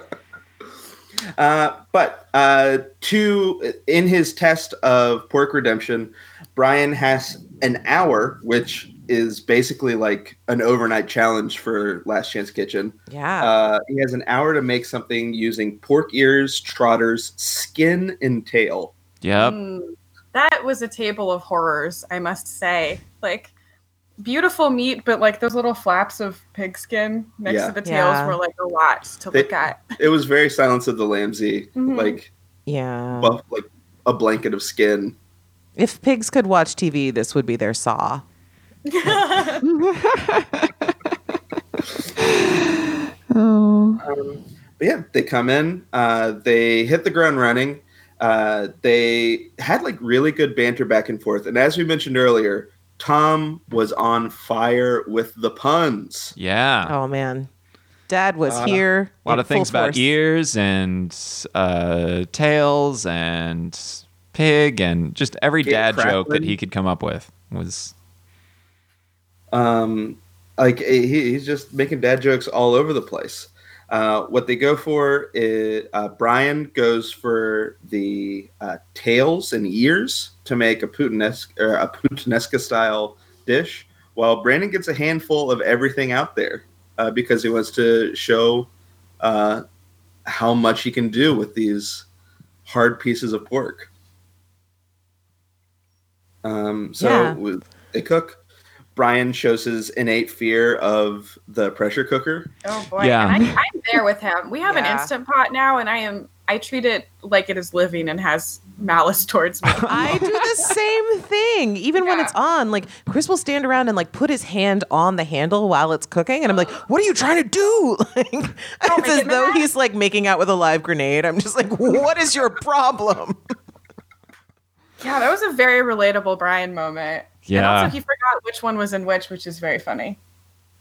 Speaker 2: Uh, but uh, to in his test of pork redemption, Brian has an hour, which is basically like an overnight challenge for Last Chance Kitchen.
Speaker 4: yeah
Speaker 2: Uh, he has an hour to make something using pork ears, trotters, skin, and tail.
Speaker 1: Yep.
Speaker 7: Mm, that was a table of horrors, I must say. Like beautiful meat, but like those little flaps of pigskin next
Speaker 2: Yeah.
Speaker 7: to the tails
Speaker 4: Yeah.
Speaker 7: were like a lot to
Speaker 2: They-
Speaker 7: look at.
Speaker 2: It was very Silence of the Lambsy,
Speaker 7: Mhm.
Speaker 2: like
Speaker 4: yeah
Speaker 2: buff, like a blanket of skin.
Speaker 4: if pigs could watch tv this would be their saw
Speaker 6: Oh,
Speaker 2: Um, but yeah, they come in, uh, they hit the ground running. Uh, they had like really good banter back and forth. And as we mentioned earlier, Tom was on fire with the puns.
Speaker 1: Yeah.
Speaker 4: oh man dad was
Speaker 2: Uh,
Speaker 4: here
Speaker 1: a Uh, lot
Speaker 4: in
Speaker 1: of things
Speaker 4: full
Speaker 1: about
Speaker 4: force.
Speaker 1: ears and uh, tails and pig and just every
Speaker 2: Kid
Speaker 1: dad joke that
Speaker 2: Cracklin.
Speaker 1: he could come up with was
Speaker 2: Um, like he, he's just making dad jokes all over the place. Uh, what they go for is uh, Brian goes for the uh, tails and ears to make a Putinesca, or a Putinesca style dish, while Brandon gets a handful of everything out there uh, because he wants to show uh, how much he can do with these hard pieces of pork. Um, so
Speaker 4: Yeah.
Speaker 2: w- they cook. Brian shows his innate fear of the pressure cooker.
Speaker 7: Oh boy.
Speaker 1: Yeah.
Speaker 7: And I, I'm there with him. We have an
Speaker 4: Yeah.
Speaker 7: instant pot now and I am I treat it like it is living and has malice towards me.
Speaker 4: I do the same thing. Even when
Speaker 7: Yeah.
Speaker 4: it's on, like Chris will stand around and like put his hand on the handle while it's cooking, and I'm like, "What are you trying to do?" Like, it's as
Speaker 7: Oh goodness.
Speaker 4: though he's like making out with a live grenade. I'm just like, "What is your problem?"
Speaker 7: yeah, that was a very relatable Brian moment. And
Speaker 1: Yeah.
Speaker 7: also he forgot which one was in which, which is very funny.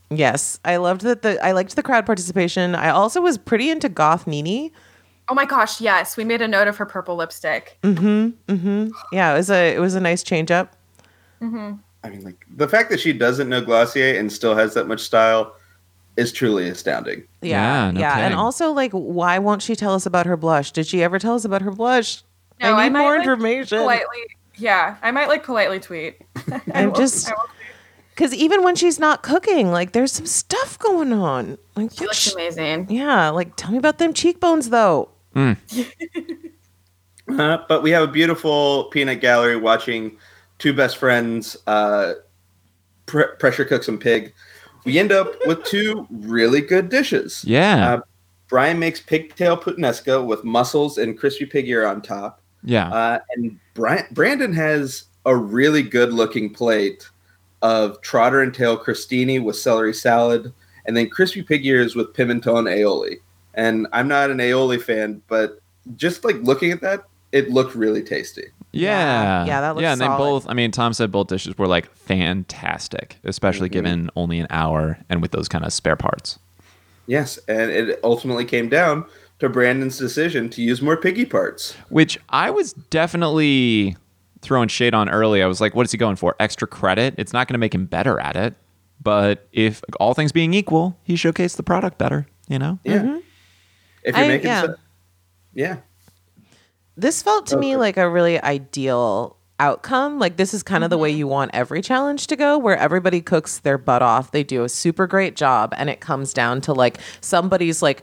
Speaker 4: Yes, I loved that. The I liked the crowd participation. I also was pretty into Goth Nini.
Speaker 7: Oh my gosh, yes. We made a note of her purple lipstick.
Speaker 4: Mm-hmm. Mm-hmm. Yeah, it was a it was a nice change up.
Speaker 2: I mean, like the fact that she doesn't know Glossier and still has that much style is truly astounding.
Speaker 4: Yeah,
Speaker 1: Yeah, no
Speaker 4: yeah, and
Speaker 1: kidding.
Speaker 4: also like, why won't she tell us about her blush? Did she ever tell us about her blush?
Speaker 7: No, I
Speaker 4: I need
Speaker 7: might, Oh,
Speaker 4: more
Speaker 7: like,
Speaker 4: information.
Speaker 7: Politely yeah. I might like politely tweet. I
Speaker 4: I'm
Speaker 7: will-
Speaker 4: just-
Speaker 7: I will
Speaker 4: Because even when she's not cooking, like there's some stuff going on. Like,
Speaker 7: She
Speaker 4: what
Speaker 7: looks
Speaker 4: sh-
Speaker 7: amazing.
Speaker 4: yeah, like tell me about them cheekbones though.
Speaker 2: Uh, but we have a beautiful peanut gallery watching two best friends uh, pr- pressure cook some pig. We end up with two really good dishes.
Speaker 1: yeah.
Speaker 2: Uh, Brian makes pigtail puttanesca with mussels and crispy pig ear on top.
Speaker 1: yeah.
Speaker 2: Uh, and Brian, Brandon has a really good looking plate of trotter and tail crostini with celery salad, and then crispy pig ears with pimento and aioli. And I'm not an aioli fan, but just like looking at that, it looked really tasty.
Speaker 1: yeah.
Speaker 4: yeah, that looks
Speaker 1: Yeah, and they
Speaker 4: solid.
Speaker 1: both I mean Tom said both dishes were like fantastic, especially
Speaker 4: Mm-hmm.
Speaker 2: Mhm.
Speaker 1: given only an hour and with those kind of spare parts.
Speaker 2: Yes, and it ultimately came down to Brandon's decision to use more piggy parts.
Speaker 1: Which I was definitely throwing shade on early. I was like, what is he going for? Extra credit? It's not gonna make him better at it. But if all things being equal, he showcased the product better, you know?
Speaker 2: Yeah. If you're
Speaker 4: Mm-hmm. I-
Speaker 2: making
Speaker 4: yeah.
Speaker 2: stuff- yeah.
Speaker 4: This felt to me
Speaker 2: Okay.
Speaker 4: like a really ideal outcome. Like this is kind of the
Speaker 7: Mm-hmm.
Speaker 4: way you want every challenge to go where everybody cooks their butt off. They do a super great job and it comes down to like somebody's like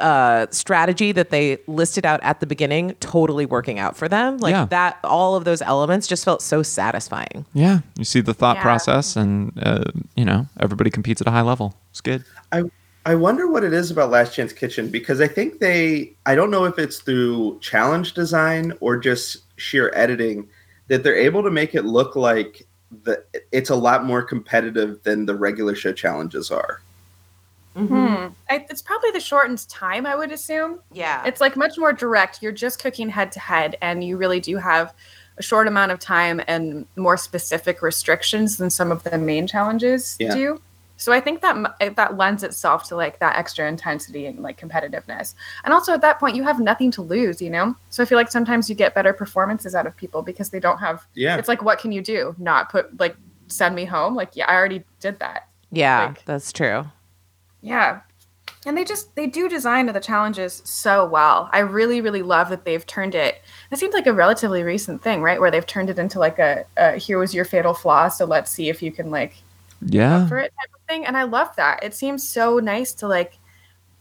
Speaker 4: uh strategy that they listed out at the beginning totally working out for them. Like
Speaker 1: Yeah.
Speaker 4: that all of those elements just felt so satisfying.
Speaker 1: Yeah, you see the thought
Speaker 7: Yeah.
Speaker 1: process, and uh, you know everybody competes at a high level. It's good.
Speaker 2: I I wonder what it is about Last Chance Kitchen because I think they I don't know if it's through challenge design or just sheer editing that they're able to make it look like the it's a lot more competitive than the regular show challenges are.
Speaker 4: Mm-hmm.
Speaker 3: Hmm. I, it's probably the shortened time, I would assume.
Speaker 4: Yeah.
Speaker 3: It's like much more direct. You're just cooking head to head, and you really do have a short amount of time and more specific restrictions than some of the main challenges
Speaker 2: Yeah.
Speaker 3: do. So I think that m- eh, that lends itself to like that extra intensity and like competitiveness. And also at that point, you have nothing to lose, you know. So I feel like sometimes you get better performances out of people because they don't have.
Speaker 2: Yeah.
Speaker 3: It's like, what can you do? Not put like send me home. Like, yeah, I already did that.
Speaker 4: yeah,
Speaker 3: Like-
Speaker 4: that's true.
Speaker 3: Yeah. And they just they do design the challenges so well. I really really love that they've turned it. That seems like a relatively recent thing, right? Where they've turned it into like a, a here was your fatal flaw, so let's see if you can like
Speaker 1: Yeah.
Speaker 3: for it type of thing. And I love that. It seems so nice to like,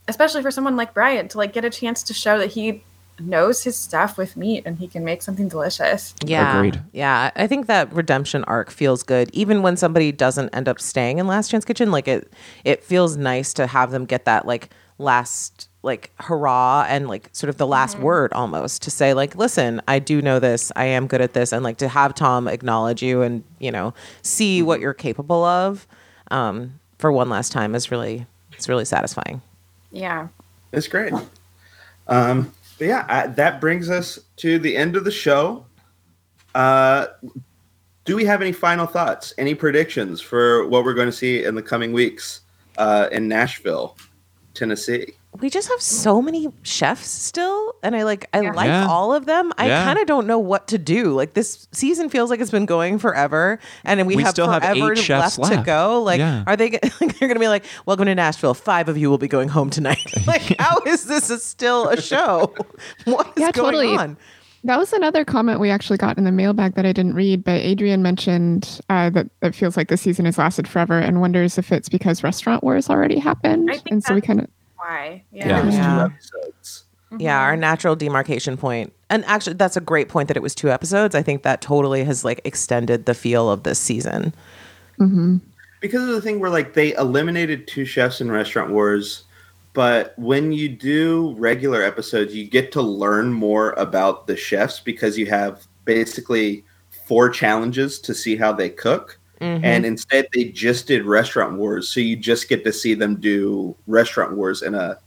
Speaker 3: especially for someone like Brian to like get a chance to show that he knows his stuff with meat and he can make something delicious.
Speaker 4: Yeah.
Speaker 1: Agreed.
Speaker 4: Yeah. I think that redemption arc feels good. Even when somebody doesn't end up staying in Last Chance Kitchen, like it it feels nice to have them get that like last like hurrah and like sort of the last word almost to say like listen i do know this i am good at this and like to have tom acknowledge you and you know see what you're capable of um for one last time is really it's really satisfying
Speaker 3: Yeah.
Speaker 2: It's great. Um, but yeah, I, that brings us to the end of the show. Uh, do we have any final thoughts, any predictions for what we're going to see in the coming weeks uh, in Nashville, Tennessee?
Speaker 4: we just have so many chefs still and i like i like
Speaker 1: Yeah.
Speaker 4: all of them i
Speaker 1: Yeah.
Speaker 4: kind of don't know what to do like this season feels like it's been going forever and then we,
Speaker 1: We
Speaker 4: have
Speaker 1: still have eight
Speaker 4: forever
Speaker 1: chefs
Speaker 4: left, to
Speaker 1: left.
Speaker 4: go like
Speaker 1: Yeah.
Speaker 4: are they gonna- like they're gonna be like welcome to nashville five of you will be going home tonight like how is this a, still a show what is
Speaker 6: Yeah,
Speaker 4: going
Speaker 6: totally.
Speaker 4: on
Speaker 6: That was another comment we actually got in the mailbag that I didn't read, but Adrian mentioned uh, that it feels like the season has lasted forever and wonders if it's because restaurant wars already happened.
Speaker 3: I think
Speaker 6: And so we
Speaker 3: that's-
Speaker 6: kind of,
Speaker 3: Why?
Speaker 1: Yeah.
Speaker 2: It was
Speaker 4: Yeah.
Speaker 2: two episodes.
Speaker 6: Mm-hmm.
Speaker 4: yeah our natural demarcation point and actually that's a great point that it was two episodes i think that totally has like extended the feel of this season
Speaker 6: mm-hmm.
Speaker 2: because of the thing where like they eliminated two chefs in restaurant wars but when you do regular episodes you get to learn more about the chefs because you have basically four challenges to see how they cook
Speaker 4: Mm-hmm.
Speaker 2: and instead they just did restaurant wars so you just get to see them do restaurant wars in a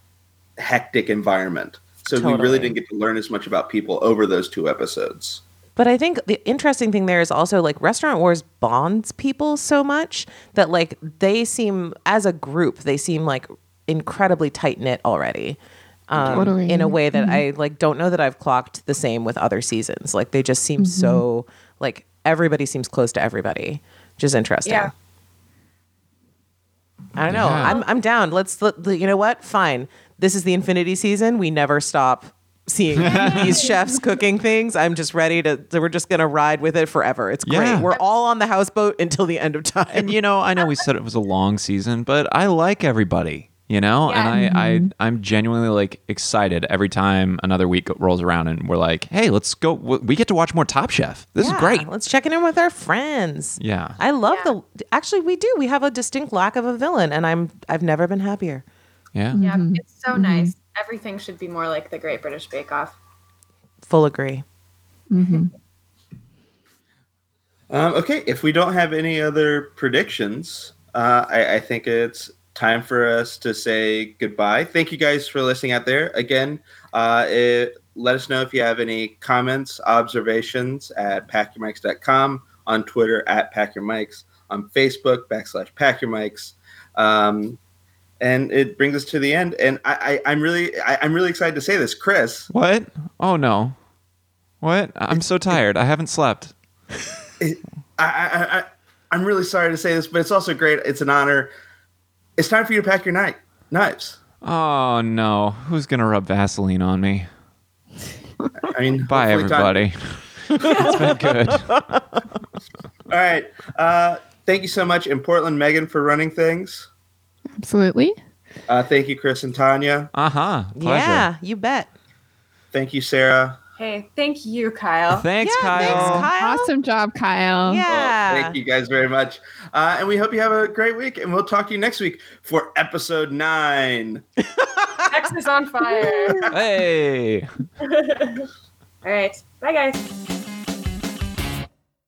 Speaker 2: hectic environment so we
Speaker 4: Totally.
Speaker 2: really didn't get to learn as much about people over those two episodes
Speaker 4: But I think the interesting thing there is also like restaurant wars bonds people so much that like they seem as a group they seem like incredibly tight knit already. Um,
Speaker 6: Totally.
Speaker 4: In a way that I like don't know that I've clocked the same with other seasons. Like they just seem so like everybody seems close to everybody, which is interesting.
Speaker 3: Yeah.
Speaker 4: I don't know.
Speaker 1: Yeah.
Speaker 4: I'm I'm down. Let's let, you know what? Fine. This is the infinity season. We never stop seeing these chefs cooking things. I'm just ready to we're just going to ride with it forever. It's
Speaker 1: Yeah.
Speaker 4: great. We're all on the houseboat until the end of time.
Speaker 1: And you know, I know we said it was a long season, but I like everybody, you know, and I,
Speaker 4: Mm-hmm.
Speaker 1: I I'm genuinely like excited every time another week rolls around and we're like, hey, let's go. w- We get to watch more Top Chef. This
Speaker 4: Yeah.
Speaker 1: is great.
Speaker 4: Let's check in with our friends.
Speaker 1: Yeah.
Speaker 4: I love the Actually, we do. We have a distinct lack of a villain and I'm I've never been happier.
Speaker 1: Yeah.
Speaker 3: Yeah. It's so nice. Everything should be more like the Great British Bake Off.
Speaker 4: Full agree.
Speaker 2: Um, okay, if we don't have any other predictions, uh, I, I think it's time for us to say goodbye. Thank you guys for listening out there. Again, uh, it, let us know if you have any comments, observations at packyourmics.com, on Twitter at packyourmics, on Facebook backslash packyourmics. Um, and it brings us to the end. And I, I, I'm really, I, I'm really excited to say this, Chris.
Speaker 1: What? Oh no. What? I- I'm so tired. I haven't slept.
Speaker 2: I, I, I, I'm really sorry to say this, but it's also great. It's an honor. It's time for you to pack your night knives.
Speaker 1: Oh no. Who's gonna rub Vaseline on me?
Speaker 2: I mean,
Speaker 1: Bye
Speaker 2: hopefully time-
Speaker 1: everybody. it's been good.
Speaker 2: All right. Uh, thank you so much in Portland, Megan, for running things.
Speaker 6: absolutely.
Speaker 2: Uh, thank you, Chris and Tanya.
Speaker 1: Uh huh. Pleasure.
Speaker 4: Yeah, you bet.
Speaker 2: Thank you, Sarah.
Speaker 3: Hey, thank you, Kyle.
Speaker 1: Thanks,
Speaker 4: yeah,
Speaker 1: Kyle.
Speaker 4: Thanks, Kyle.
Speaker 6: Awesome job, Kyle.
Speaker 4: Yeah.
Speaker 2: Well, Oh, thank you guys very much. Uh, and we hope you have a great week. And we'll talk to you next week for episode nine.
Speaker 3: Texas on fire.
Speaker 1: Hey.
Speaker 3: All right. Bye, guys.